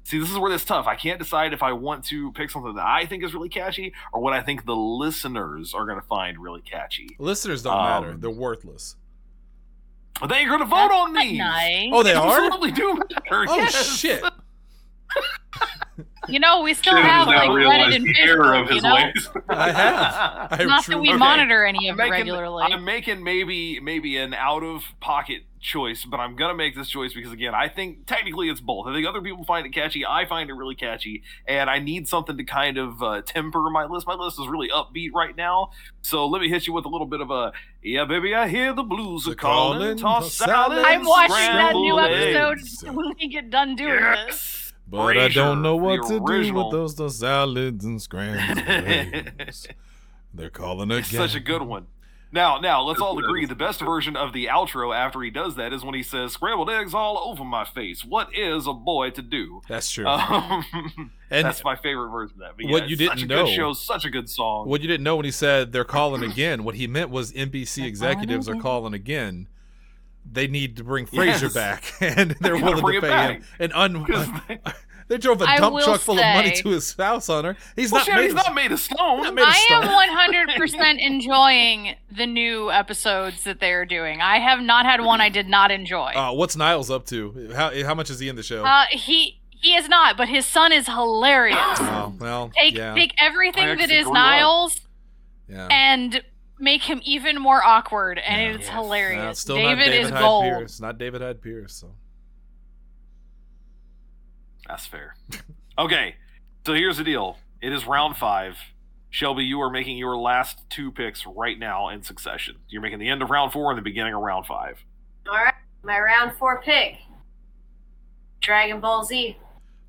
[SPEAKER 2] see. This is where this tough. I can't decide if I want to pick something that I think is really catchy or what I think the listeners are going to find really catchy.
[SPEAKER 1] (laughs) Listeners don't
[SPEAKER 2] Um,
[SPEAKER 1] matter. They're
[SPEAKER 3] (laughs)
[SPEAKER 1] worthless.
[SPEAKER 2] But they're going to vote on
[SPEAKER 3] That's
[SPEAKER 2] me.
[SPEAKER 3] nice.
[SPEAKER 1] Oh, they are?
[SPEAKER 2] Absolutely do matter.
[SPEAKER 1] (laughs) Oh
[SPEAKER 2] yes.
[SPEAKER 3] (laughs)
[SPEAKER 1] shit.
[SPEAKER 3] You know, we still
[SPEAKER 5] Jim
[SPEAKER 3] have
[SPEAKER 5] does
[SPEAKER 3] like
[SPEAKER 5] not
[SPEAKER 3] Reddit
[SPEAKER 5] realize
[SPEAKER 3] and
[SPEAKER 5] the error
[SPEAKER 3] Facebook.
[SPEAKER 5] of
[SPEAKER 3] You
[SPEAKER 5] his
[SPEAKER 3] know,
[SPEAKER 5] ways.
[SPEAKER 1] I have.
[SPEAKER 2] (laughs)
[SPEAKER 1] I
[SPEAKER 3] not that
[SPEAKER 1] truly-
[SPEAKER 3] we
[SPEAKER 2] Okay.
[SPEAKER 3] monitor any
[SPEAKER 2] I'm
[SPEAKER 3] of it
[SPEAKER 2] making-
[SPEAKER 3] regularly.
[SPEAKER 2] I'm making maybe maybe an out of pocket choice, but I'm gonna make this choice because again, I think technically it's both. I think other people find it catchy. I find it really catchy, and I need something to kind of uh, temper my list. My list is really upbeat right now, so let me hit you with a little bit of a yeah, baby. I hear the blues
[SPEAKER 1] The
[SPEAKER 2] are calling.
[SPEAKER 1] calling,
[SPEAKER 2] toss
[SPEAKER 1] the
[SPEAKER 2] salad,
[SPEAKER 1] salad,
[SPEAKER 3] I'm watching that
[SPEAKER 2] scrambled
[SPEAKER 3] new
[SPEAKER 1] Scrambled
[SPEAKER 3] episode
[SPEAKER 1] eggs.
[SPEAKER 3] (laughs) when we get done doing this.
[SPEAKER 2] Yes.
[SPEAKER 1] But I don't know
[SPEAKER 2] Frasier,
[SPEAKER 1] what
[SPEAKER 2] the
[SPEAKER 1] to do
[SPEAKER 2] original.
[SPEAKER 1] with those, those salads and scrambled
[SPEAKER 2] (laughs)
[SPEAKER 1] eggs. They're calling again.
[SPEAKER 2] It's such a good one. Now, now, let's all
[SPEAKER 5] That's
[SPEAKER 2] agree the best version of the outro after he does that is when he says, "Scrambled eggs all over my face. What is a boy to do?"
[SPEAKER 1] That's true.
[SPEAKER 2] (laughs) Um,
[SPEAKER 1] and
[SPEAKER 2] that's my favorite version of that. But
[SPEAKER 1] what
[SPEAKER 2] yeah,
[SPEAKER 1] you
[SPEAKER 2] it's such
[SPEAKER 1] didn't
[SPEAKER 2] a good
[SPEAKER 1] know-
[SPEAKER 2] show, such a good song. (laughs)
[SPEAKER 1] what you didn't know when he said they're calling again, what he meant was NBC executives are calling again. They need to bring Fraser
[SPEAKER 2] Yes.
[SPEAKER 1] back, (laughs) and they're
[SPEAKER 2] gotta
[SPEAKER 1] willing
[SPEAKER 2] bring
[SPEAKER 1] to
[SPEAKER 2] it
[SPEAKER 1] pay him. And
[SPEAKER 2] Because
[SPEAKER 1] un-
[SPEAKER 2] they-
[SPEAKER 1] they drove a
[SPEAKER 3] I
[SPEAKER 1] dump
[SPEAKER 3] will
[SPEAKER 1] truck full of money
[SPEAKER 3] say-
[SPEAKER 1] to his house on her. He's
[SPEAKER 2] well,
[SPEAKER 1] not
[SPEAKER 2] shit,
[SPEAKER 1] made.
[SPEAKER 2] he's
[SPEAKER 1] of-
[SPEAKER 2] not made of stone.
[SPEAKER 1] not made of
[SPEAKER 3] I am
[SPEAKER 1] stone. (laughs)
[SPEAKER 3] 100% enjoying the new episodes that they are doing. I have not had one I did not enjoy.
[SPEAKER 1] Uh, what's Niles up to? How how much is he in the show?
[SPEAKER 3] Uh, he he is not, but his son is hilarious.
[SPEAKER 1] Oh, well,
[SPEAKER 3] Take
[SPEAKER 1] yeah,
[SPEAKER 3] take
[SPEAKER 2] I
[SPEAKER 3] everything that
[SPEAKER 2] actually
[SPEAKER 3] is
[SPEAKER 2] grew up.
[SPEAKER 3] Niles
[SPEAKER 1] yeah.
[SPEAKER 3] and make him even more awkward, and
[SPEAKER 1] Yeah.
[SPEAKER 3] it's
[SPEAKER 2] Yes.
[SPEAKER 3] hilarious.
[SPEAKER 1] No, it's still
[SPEAKER 3] David,
[SPEAKER 1] not David
[SPEAKER 3] is
[SPEAKER 1] Hyde
[SPEAKER 3] gold.
[SPEAKER 1] Pierce. Not David Hyde Pierce. So
[SPEAKER 2] That's fair. (laughs) Okay, so here's the deal. It is round five. Shelby, you are making your last two picks right now in succession. You're making the end of round four and the beginning of round five.
[SPEAKER 4] All right, my round four pick, Dragon Ball Z.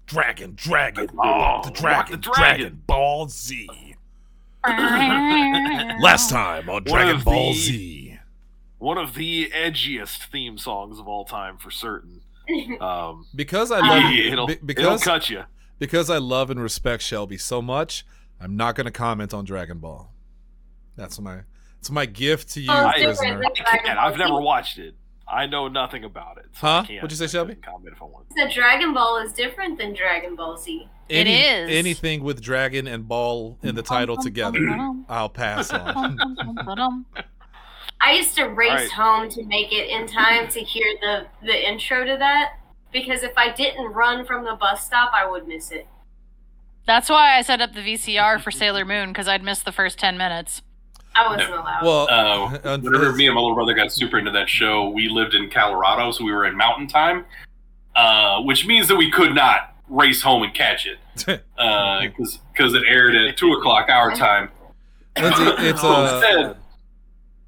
[SPEAKER 1] Dragon, Dragon,
[SPEAKER 2] Oh,
[SPEAKER 1] the
[SPEAKER 2] rock
[SPEAKER 1] Dragon,
[SPEAKER 2] the
[SPEAKER 1] Dragon
[SPEAKER 2] dragon.
[SPEAKER 1] Ball Z.
[SPEAKER 3] Uh,
[SPEAKER 1] Last time on Dragon
[SPEAKER 2] of
[SPEAKER 1] Ball
[SPEAKER 2] the-
[SPEAKER 1] Z.
[SPEAKER 2] one of the edgiest theme songs of all time for certain. Um,
[SPEAKER 1] Because I
[SPEAKER 2] yeah,
[SPEAKER 1] love
[SPEAKER 2] (laughs) it'll,
[SPEAKER 1] be-
[SPEAKER 2] it'll
[SPEAKER 1] because
[SPEAKER 2] cut you.
[SPEAKER 1] because I love and respect Shelby so much, I'm not going to comment on Dragon Ball. That's my it's my gift to you,
[SPEAKER 4] Oh,
[SPEAKER 2] it's
[SPEAKER 1] prisoner.
[SPEAKER 4] different.
[SPEAKER 2] I can't. I've never watched it. I know nothing about it. So
[SPEAKER 1] Huh?
[SPEAKER 2] I can't
[SPEAKER 1] What'd you say, Shelby?
[SPEAKER 2] Comment if I want.
[SPEAKER 4] So Dragon Ball is different than Dragon Ball Z.
[SPEAKER 3] It
[SPEAKER 1] Any-
[SPEAKER 3] is.
[SPEAKER 1] anything with dragon and ball in the title together. I'll pass
[SPEAKER 3] (laughs)
[SPEAKER 1] on.
[SPEAKER 4] I used to race
[SPEAKER 2] Alright.
[SPEAKER 4] home to make it in time to hear the the intro to that because if I didn't run from the bus stop, I would miss it.
[SPEAKER 3] That's why I set up the VCR for Sailor Moon because I'd missed the first 10 minutes.
[SPEAKER 4] I wasn't allowed.
[SPEAKER 1] Well,
[SPEAKER 5] (laughs)
[SPEAKER 1] (laughs)
[SPEAKER 5] Oh,
[SPEAKER 1] un-
[SPEAKER 5] (laughs) Whenever me and my little brother got super into that show, we lived in Colorado, so we were in mountain time, uh, which means that we could not race home and catch it (laughs) because it aired at two
[SPEAKER 3] (laughs)
[SPEAKER 5] o'clock our time.
[SPEAKER 1] (laughs) Lindsay, it's
[SPEAKER 5] So (laughs)
[SPEAKER 1] uh,
[SPEAKER 5] instead,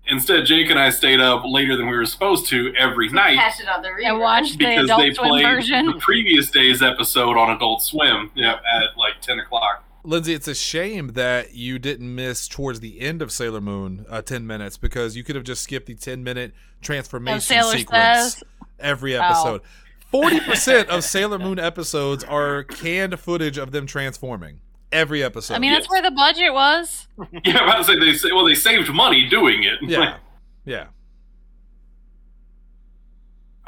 [SPEAKER 5] instead, Jake and I stayed up later than we were supposed to every night
[SPEAKER 4] catch it on the rerun.
[SPEAKER 3] I watched the
[SPEAKER 5] because they
[SPEAKER 3] Adult Swim
[SPEAKER 5] played
[SPEAKER 1] (laughs)
[SPEAKER 3] version.
[SPEAKER 5] the previous day's episode on Adult Swim yeah, at like
[SPEAKER 3] (laughs)
[SPEAKER 5] ten o'clock.
[SPEAKER 1] Lindsay, it's a shame that you didn't miss towards the end of Sailor Moon uh, 10 minutes because you could have just skipped the 10 minute transformation
[SPEAKER 3] Of Sailor
[SPEAKER 1] sequence
[SPEAKER 3] says, Oh.
[SPEAKER 1] every episode. 40%
[SPEAKER 3] (laughs)
[SPEAKER 1] of Sailor Moon episodes are canned footage of them transforming every episode.
[SPEAKER 3] I mean, that's
[SPEAKER 5] yes.
[SPEAKER 3] where the budget was.
[SPEAKER 5] Yeah, I was about to say they say, well they saved money doing it.
[SPEAKER 1] yeah. Yeah.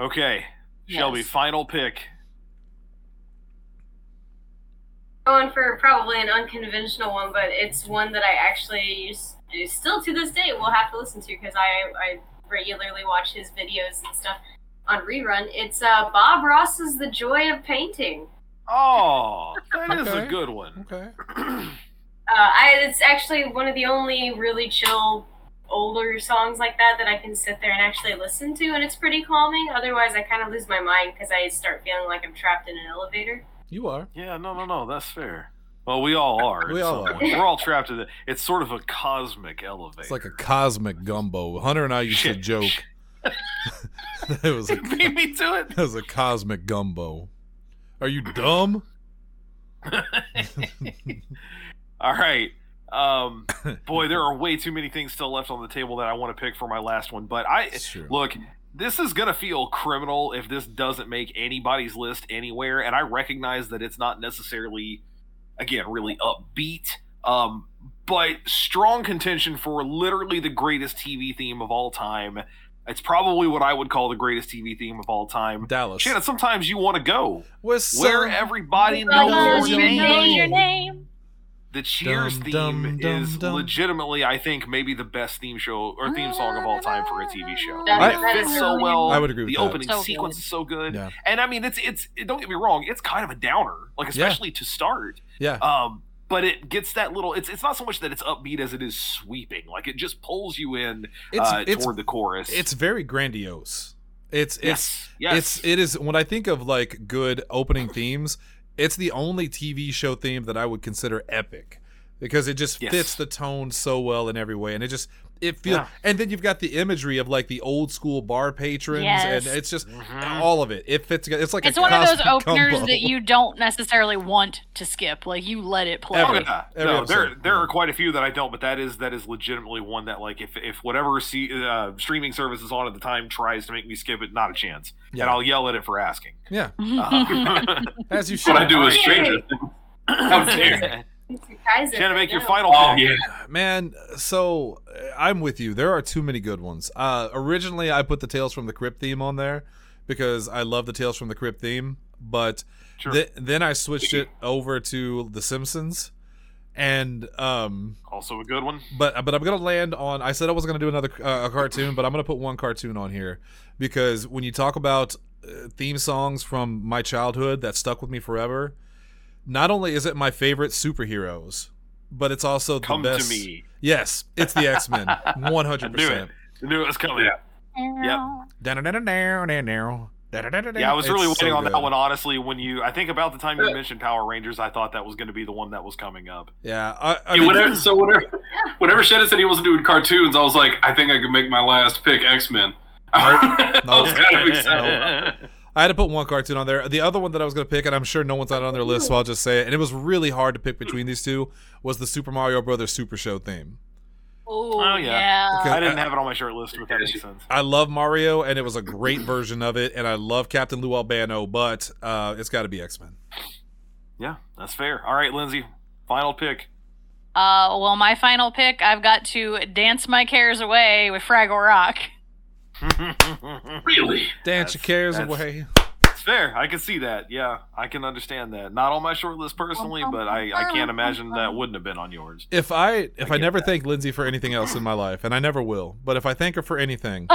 [SPEAKER 2] Okay, Shelby,
[SPEAKER 3] Yes.
[SPEAKER 2] final pick.
[SPEAKER 4] going for probably an unconventional one, but it's one that I actually s- still to this day will have to listen to because I, I regularly watch his videos and stuff on rerun. It's uh, Bob Ross's The Joy of Painting.
[SPEAKER 2] Oh, that is a
[SPEAKER 1] Okay.
[SPEAKER 2] good one.
[SPEAKER 1] Okay.
[SPEAKER 4] Uh, I, it's actually one of the only really chill older songs like that that I can sit there and actually listen to, and it's pretty calming. Otherwise, I kind of lose my mind because I start feeling like I'm trapped in an elevator.
[SPEAKER 1] You are.
[SPEAKER 2] Yeah, no, no, no, that's fair. Well, we all are.
[SPEAKER 1] We
[SPEAKER 2] at
[SPEAKER 1] all
[SPEAKER 2] some
[SPEAKER 1] are.
[SPEAKER 2] point. We're all trapped in it. It's sort of a cosmic elevator.
[SPEAKER 1] It's like a cosmic gumbo. Hunter and I used to
[SPEAKER 2] Shit. (laughs)
[SPEAKER 1] joke. that it was a, (laughs)
[SPEAKER 2] Beat me to it.
[SPEAKER 1] that was a cosmic gumbo. Are you dumb? (laughs)
[SPEAKER 2] All right. Um, boy, there are way too many things still left on the table that I want to pick for my last one. But I
[SPEAKER 1] It's true.
[SPEAKER 2] look, this is gonna feel criminal if this doesn't make anybody's list anywhere. And I recognize that it's not necessarily, again, really upbeat. Um, but strong contention for literally the greatest TV theme of all time. It's probably what I would call the greatest TV theme of all time.
[SPEAKER 1] Dallas.
[SPEAKER 2] Shannon, sometimes you want to go
[SPEAKER 1] Where's some-
[SPEAKER 2] where everybody
[SPEAKER 1] Everybody
[SPEAKER 2] knows
[SPEAKER 1] knows
[SPEAKER 2] your
[SPEAKER 1] your
[SPEAKER 2] name.
[SPEAKER 1] name.
[SPEAKER 3] name.
[SPEAKER 2] The Cheers
[SPEAKER 1] Dum,
[SPEAKER 2] theme
[SPEAKER 1] dum, dum,
[SPEAKER 2] is
[SPEAKER 1] dum.
[SPEAKER 2] legitimately, I think, maybe the best theme show or theme song of all time for a TV show.
[SPEAKER 3] That
[SPEAKER 2] I
[SPEAKER 1] is
[SPEAKER 2] mean, it fits so
[SPEAKER 3] really-
[SPEAKER 2] well.
[SPEAKER 1] I would agree with
[SPEAKER 2] the
[SPEAKER 1] that.
[SPEAKER 2] opening
[SPEAKER 3] So
[SPEAKER 2] sequence
[SPEAKER 3] good.
[SPEAKER 2] is so good,
[SPEAKER 1] Yeah.
[SPEAKER 2] and I mean, it's it's. It, don't get me wrong, it's kind of a downer, like especially to start.
[SPEAKER 1] Yeah.
[SPEAKER 2] Um, but it gets that little. It's it's not so much that it's upbeat as it is sweeping. Like it just pulls you in
[SPEAKER 1] It's
[SPEAKER 2] uh,
[SPEAKER 1] it's
[SPEAKER 2] toward the chorus.
[SPEAKER 1] it's very grandiose. It's it's
[SPEAKER 2] yes, yes.
[SPEAKER 1] it's it is when I think of like good opening themes, it's the only TV show theme that I would consider epic because it just
[SPEAKER 2] Yes.
[SPEAKER 1] fits the tone so well in every way and it just it feels
[SPEAKER 2] Yeah.
[SPEAKER 1] and then you've got the imagery of like the old school bar patrons
[SPEAKER 3] Yes.
[SPEAKER 1] and it's just
[SPEAKER 2] Mhm.
[SPEAKER 1] all of it it fits together it's like
[SPEAKER 3] It's
[SPEAKER 1] a
[SPEAKER 3] one of those
[SPEAKER 1] cosmic
[SPEAKER 3] openers
[SPEAKER 1] combo.
[SPEAKER 3] that you don't necessarily want to skip. Like you let it play.
[SPEAKER 2] Oh,
[SPEAKER 1] Ever.
[SPEAKER 2] yeah.
[SPEAKER 1] Every
[SPEAKER 2] no,
[SPEAKER 1] episode,
[SPEAKER 2] there there
[SPEAKER 1] yeah.
[SPEAKER 2] are quite a few that I don't, but that is that is legitimately one that like if if whatever see, uh, streaming service is on at the time tries to make me skip it, not a chance,
[SPEAKER 1] Yeah.
[SPEAKER 2] and I'll yell at it for asking.
[SPEAKER 1] yeah
[SPEAKER 2] Uh, (laughs)
[SPEAKER 1] as
[SPEAKER 3] (laughs)
[SPEAKER 1] you should
[SPEAKER 5] What I do is stranger. Things. How dare! you.
[SPEAKER 4] You guys are
[SPEAKER 2] Trying to make your
[SPEAKER 4] dumb.
[SPEAKER 2] final
[SPEAKER 5] Oh
[SPEAKER 2] pick.
[SPEAKER 5] yeah.
[SPEAKER 1] man so uh, i'm with you there are too many good ones uh originally i put the tales from the crypt theme on there because i love the tales from the crypt theme but
[SPEAKER 2] Sure.
[SPEAKER 1] th- then i switched it over to the simpsons and um
[SPEAKER 2] Also a good one.
[SPEAKER 1] but but i'm gonna land on i said i wasn't gonna do another uh, a cartoon but i'm gonna put one cartoon on here because when you talk about uh, theme songs from my childhood that stuck with me forever not only is it my favorite superheroes but it's also the
[SPEAKER 2] Come to
[SPEAKER 1] best
[SPEAKER 2] me.
[SPEAKER 1] Yes, it's the X Men, one hundred
[SPEAKER 2] I knew it.
[SPEAKER 1] percent.
[SPEAKER 2] I knew it was coming. Yeah,
[SPEAKER 1] Yeah,
[SPEAKER 2] I was really waiting on that one. Honestly, when you, I think about the time you mentioned Power Rangers, I thought that was going to be the one that was coming up.
[SPEAKER 1] Yeah, I, I
[SPEAKER 5] Yeah,
[SPEAKER 1] mean, (laughs)
[SPEAKER 5] whatever, so whatever, whenever Shannon said he wasn't doing cartoons, I was like, I think I could make my last pick X Men. I
[SPEAKER 1] No.
[SPEAKER 5] was kind of
[SPEAKER 2] (laughs)
[SPEAKER 5] excited.
[SPEAKER 1] I had to put one cartoon on there. The other one that I was going to pick, and I'm sure no one's on their list, so I'll just say it. And it was really hard to pick between these two. Was the Super Mario Brothers Super Show theme?
[SPEAKER 3] Oh
[SPEAKER 2] yeah.
[SPEAKER 3] yeah.
[SPEAKER 1] Okay.
[SPEAKER 2] I didn't have it on my short list, but that makes sense.
[SPEAKER 1] I love Mario, and it was a great version of it, and I love Captain Lou Albano, but uh, it's got to be X Men.
[SPEAKER 2] Yeah, that's fair. All right, Lindsay, final pick. (laughs)
[SPEAKER 3] Uh, well, my final pick, I've got to dance my cares away with Fraggle Rock.
[SPEAKER 5] Really?
[SPEAKER 1] Dance your
[SPEAKER 2] That's-
[SPEAKER 1] cares
[SPEAKER 2] that's-
[SPEAKER 1] away.
[SPEAKER 2] It's fair. I can see that. Yeah, I can understand that. Not on my short list personally, but I, I can't imagine that wouldn't have been on
[SPEAKER 5] (laughs)
[SPEAKER 2] yours. (laughs)
[SPEAKER 1] If I if I,
[SPEAKER 2] get
[SPEAKER 1] never thank Lindsay for anything else in my life, and I never will, but if I thank her for anything,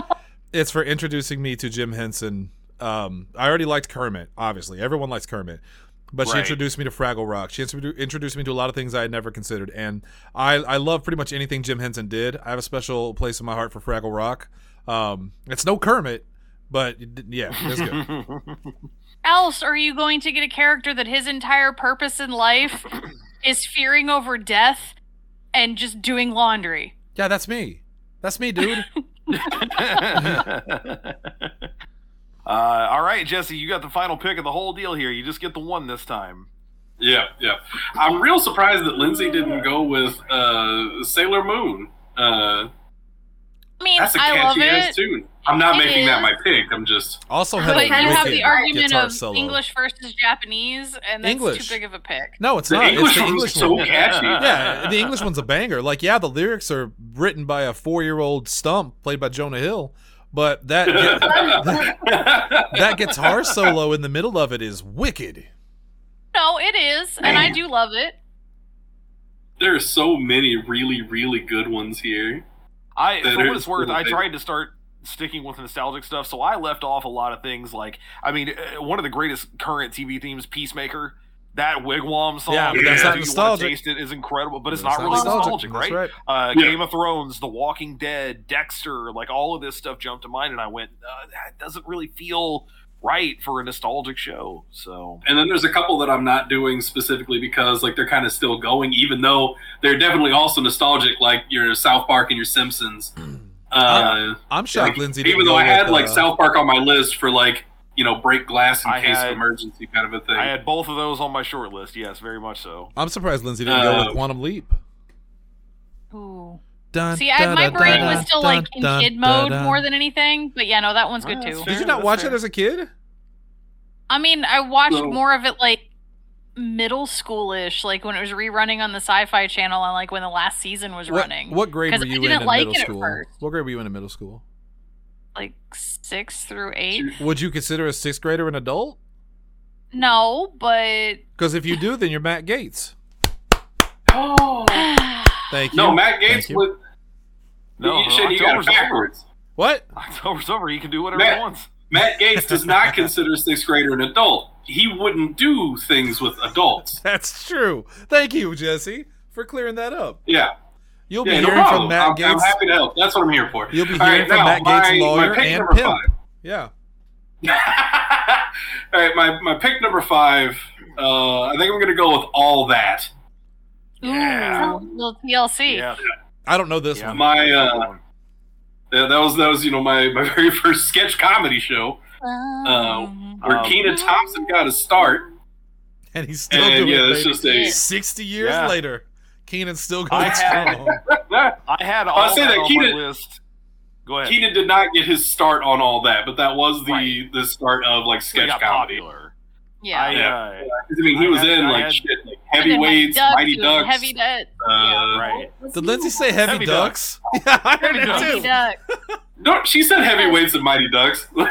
[SPEAKER 1] it's for introducing me to Jim Henson. Um, I already liked Kermit, obviously. Everyone likes Kermit. But she
[SPEAKER 2] Right.
[SPEAKER 1] introduced me to Fraggle Rock. She introdu- introduced me to a lot of things I had never considered, and I, I love pretty much anything Jim Henson did. I have a special place in my heart for Fraggle Rock. Um, it's no Kermit, but yeah, it's
[SPEAKER 2] (laughs)
[SPEAKER 1] good.
[SPEAKER 3] Else, are you going to get a character that his entire purpose in life is fearing over death and just doing laundry?
[SPEAKER 1] yeah, that's me. That's me, dude.
[SPEAKER 2] uh, all right, Jesse, you got the final pick of the whole deal here. You just get the one this time.
[SPEAKER 5] Yeah, yeah. I'm real surprised that Lindsay didn't go with uh, Sailor Moon. Uh,
[SPEAKER 3] I mean,
[SPEAKER 5] that's a
[SPEAKER 3] I love
[SPEAKER 5] catchy
[SPEAKER 3] it.
[SPEAKER 5] ass tune. I'm not
[SPEAKER 3] It
[SPEAKER 5] making that
[SPEAKER 3] is.
[SPEAKER 5] my pick. I'm just
[SPEAKER 1] also,
[SPEAKER 3] (laughs)
[SPEAKER 1] had
[SPEAKER 3] But
[SPEAKER 1] a
[SPEAKER 3] you have
[SPEAKER 1] wicked
[SPEAKER 3] the argument
[SPEAKER 1] guitar
[SPEAKER 3] of
[SPEAKER 1] solo.
[SPEAKER 3] English versus Japanese, and that's
[SPEAKER 1] English.
[SPEAKER 3] too big of a pick.
[SPEAKER 1] No, it's
[SPEAKER 5] the
[SPEAKER 1] not. It's
[SPEAKER 5] English
[SPEAKER 1] the
[SPEAKER 5] one's
[SPEAKER 1] English
[SPEAKER 5] so
[SPEAKER 1] one.
[SPEAKER 5] catchy.
[SPEAKER 1] yeah, the English one's a banger. Like, yeah, the lyrics are written by a four-year-old stump played by Jonah Hill, but that
[SPEAKER 2] (laughs)
[SPEAKER 1] (laughs) that guitar solo in the middle of it is wicked.
[SPEAKER 3] No, it is, and I do love it.
[SPEAKER 5] (laughs) there are so many really, really good ones here.
[SPEAKER 2] I,
[SPEAKER 5] That
[SPEAKER 2] for what
[SPEAKER 5] is
[SPEAKER 2] it's worth,
[SPEAKER 5] cool,
[SPEAKER 2] I
[SPEAKER 5] baby.
[SPEAKER 2] tried to start sticking with nostalgic stuff, so I left off a lot of things. Like, I mean, uh, one of the greatest current TV themes, Peacemaker. That wigwam song,
[SPEAKER 1] Yeah,
[SPEAKER 5] but that's
[SPEAKER 2] Do
[SPEAKER 5] not
[SPEAKER 2] You Wanna
[SPEAKER 1] nostalgic.
[SPEAKER 2] Taste It is incredible, but it's, not, really nostalgic,
[SPEAKER 1] That's
[SPEAKER 2] right?
[SPEAKER 1] right?
[SPEAKER 2] uh,
[SPEAKER 5] Yeah.
[SPEAKER 2] Game of Thrones, The Walking Dead, Dexter, like all of this stuff jumped to mind, and I went, uh, that doesn't really feel right for a nostalgic show. So
[SPEAKER 5] And then there's a couple that I'm not doing specifically because like they're kind of still going, even though they're definitely also nostalgic, like your South Park and your Simpsons. Uh,
[SPEAKER 1] I'm shocked Lindsay didn't
[SPEAKER 5] even
[SPEAKER 1] go
[SPEAKER 5] though I
[SPEAKER 1] with,
[SPEAKER 5] had like
[SPEAKER 1] uh,
[SPEAKER 5] South Park on my list for like you know, break glass in
[SPEAKER 2] I
[SPEAKER 5] case
[SPEAKER 2] had-
[SPEAKER 5] of emergency kind of a thing.
[SPEAKER 2] I had both of those on my short list. Yes, very much so.
[SPEAKER 1] I'm surprised Lindsay didn't go with
[SPEAKER 5] Uh,
[SPEAKER 1] Quantum Leap.
[SPEAKER 3] Ooh.
[SPEAKER 1] Dun,
[SPEAKER 3] See, I, my
[SPEAKER 1] dun,
[SPEAKER 3] brain
[SPEAKER 1] dun,
[SPEAKER 3] was
[SPEAKER 1] dun,
[SPEAKER 3] still
[SPEAKER 1] dun,
[SPEAKER 3] like in
[SPEAKER 1] dun,
[SPEAKER 3] kid
[SPEAKER 1] dun,
[SPEAKER 3] mode
[SPEAKER 1] dun.
[SPEAKER 3] more than anything. But yeah, no, that one's good
[SPEAKER 2] Well, that's
[SPEAKER 3] too.
[SPEAKER 2] fair.
[SPEAKER 1] Did you not
[SPEAKER 2] That's
[SPEAKER 1] watch
[SPEAKER 2] fair.
[SPEAKER 1] it as a kid?
[SPEAKER 3] I mean, I watched
[SPEAKER 5] So-
[SPEAKER 3] more of it like middle schoolish, like when it was rerunning on the Sci-Fi Channel, and like when the last season was
[SPEAKER 1] What,
[SPEAKER 3] running,
[SPEAKER 1] what grade
[SPEAKER 3] 'Cause
[SPEAKER 1] were
[SPEAKER 3] I
[SPEAKER 1] you in
[SPEAKER 3] didn't
[SPEAKER 1] in
[SPEAKER 3] like
[SPEAKER 1] middle
[SPEAKER 3] it at
[SPEAKER 1] school?
[SPEAKER 3] first.
[SPEAKER 1] What grade were you in in middle school?
[SPEAKER 3] like six through eight.
[SPEAKER 1] Would you consider a sixth grader an adult?
[SPEAKER 3] No, but (sighs)
[SPEAKER 1] Because if you do, then you're Matt Gates.
[SPEAKER 5] Oh.
[SPEAKER 1] Thank you.
[SPEAKER 5] (gasps) No, Matt Gates
[SPEAKER 1] Thank you.
[SPEAKER 5] would.
[SPEAKER 2] No,
[SPEAKER 5] No, you, shit, you got it
[SPEAKER 2] October's over.
[SPEAKER 5] backwards.
[SPEAKER 1] What?
[SPEAKER 2] October's over. He can do whatever
[SPEAKER 5] Matt.
[SPEAKER 2] he wants.
[SPEAKER 5] Matt Gates
[SPEAKER 1] (laughs)
[SPEAKER 5] does not consider a sixth grader an adult. He wouldn't do things with adults.
[SPEAKER 1] (laughs) That's true. Thank you, Jesse, for clearing that up.
[SPEAKER 5] Yeah,
[SPEAKER 1] You'll be
[SPEAKER 5] yeah, no
[SPEAKER 1] hearing
[SPEAKER 5] problem.
[SPEAKER 1] from Matt
[SPEAKER 5] I'm, I'm
[SPEAKER 1] Gates.
[SPEAKER 5] happy to help. That's what I'm here for.
[SPEAKER 1] You'll be
[SPEAKER 5] All
[SPEAKER 1] hearing from
[SPEAKER 5] now,
[SPEAKER 1] Matt Gates' lawyer
[SPEAKER 5] my pick
[SPEAKER 1] and
[SPEAKER 5] number
[SPEAKER 1] pimp.
[SPEAKER 5] five. (laughs)
[SPEAKER 1] yeah.
[SPEAKER 5] all right, my, my pick number five. Uh, I think I'm going to go with all that.
[SPEAKER 2] Yeah.
[SPEAKER 3] ooh, little TLC.
[SPEAKER 2] Yeah,
[SPEAKER 1] I don't know this
[SPEAKER 2] yeah.
[SPEAKER 1] one.
[SPEAKER 5] My uh, yeah, that was that was you know my, (laughs) my very first sketch comedy show
[SPEAKER 3] Um,
[SPEAKER 5] where
[SPEAKER 2] Um,
[SPEAKER 5] Keena Thompson got a start,
[SPEAKER 1] And he's still
[SPEAKER 5] and
[SPEAKER 1] doing
[SPEAKER 5] yeah,
[SPEAKER 1] it.
[SPEAKER 5] it's
[SPEAKER 1] baby.
[SPEAKER 5] just a.
[SPEAKER 1] 60 years
[SPEAKER 2] Yeah.
[SPEAKER 1] later, Keenan's still
[SPEAKER 2] I
[SPEAKER 1] going
[SPEAKER 2] had-
[SPEAKER 1] strong.
[SPEAKER 2] I had all
[SPEAKER 5] I'll say
[SPEAKER 2] that
[SPEAKER 5] that
[SPEAKER 2] on
[SPEAKER 5] Keenan-
[SPEAKER 2] my list. Go ahead.
[SPEAKER 5] Keenan did not get his start on all that, but that was the
[SPEAKER 2] Right.
[SPEAKER 5] the start of like
[SPEAKER 2] He
[SPEAKER 5] sketch
[SPEAKER 2] got
[SPEAKER 5] comedy.
[SPEAKER 2] popular.
[SPEAKER 3] yeah.
[SPEAKER 2] I,
[SPEAKER 5] Yeah.
[SPEAKER 2] uh,
[SPEAKER 5] I mean, he
[SPEAKER 2] I
[SPEAKER 5] was
[SPEAKER 2] had-
[SPEAKER 5] in
[SPEAKER 2] I
[SPEAKER 5] like
[SPEAKER 2] had-
[SPEAKER 5] shit, like
[SPEAKER 3] And then
[SPEAKER 5] heavyweights,
[SPEAKER 3] Ducks
[SPEAKER 5] mighty
[SPEAKER 3] doing
[SPEAKER 5] ducks.
[SPEAKER 2] (laughs)
[SPEAKER 3] Heavy Duck.
[SPEAKER 5] uh,
[SPEAKER 2] right.
[SPEAKER 1] Did Lindsay say heavy,
[SPEAKER 2] Heavy
[SPEAKER 1] ducks? (laughs)
[SPEAKER 2] ducks.
[SPEAKER 1] yeah, I heard
[SPEAKER 2] Heavy ducks.
[SPEAKER 1] it
[SPEAKER 3] Heavy
[SPEAKER 1] too.
[SPEAKER 3] Duck.
[SPEAKER 5] No, she said heavyweights and mighty ducks. (laughs)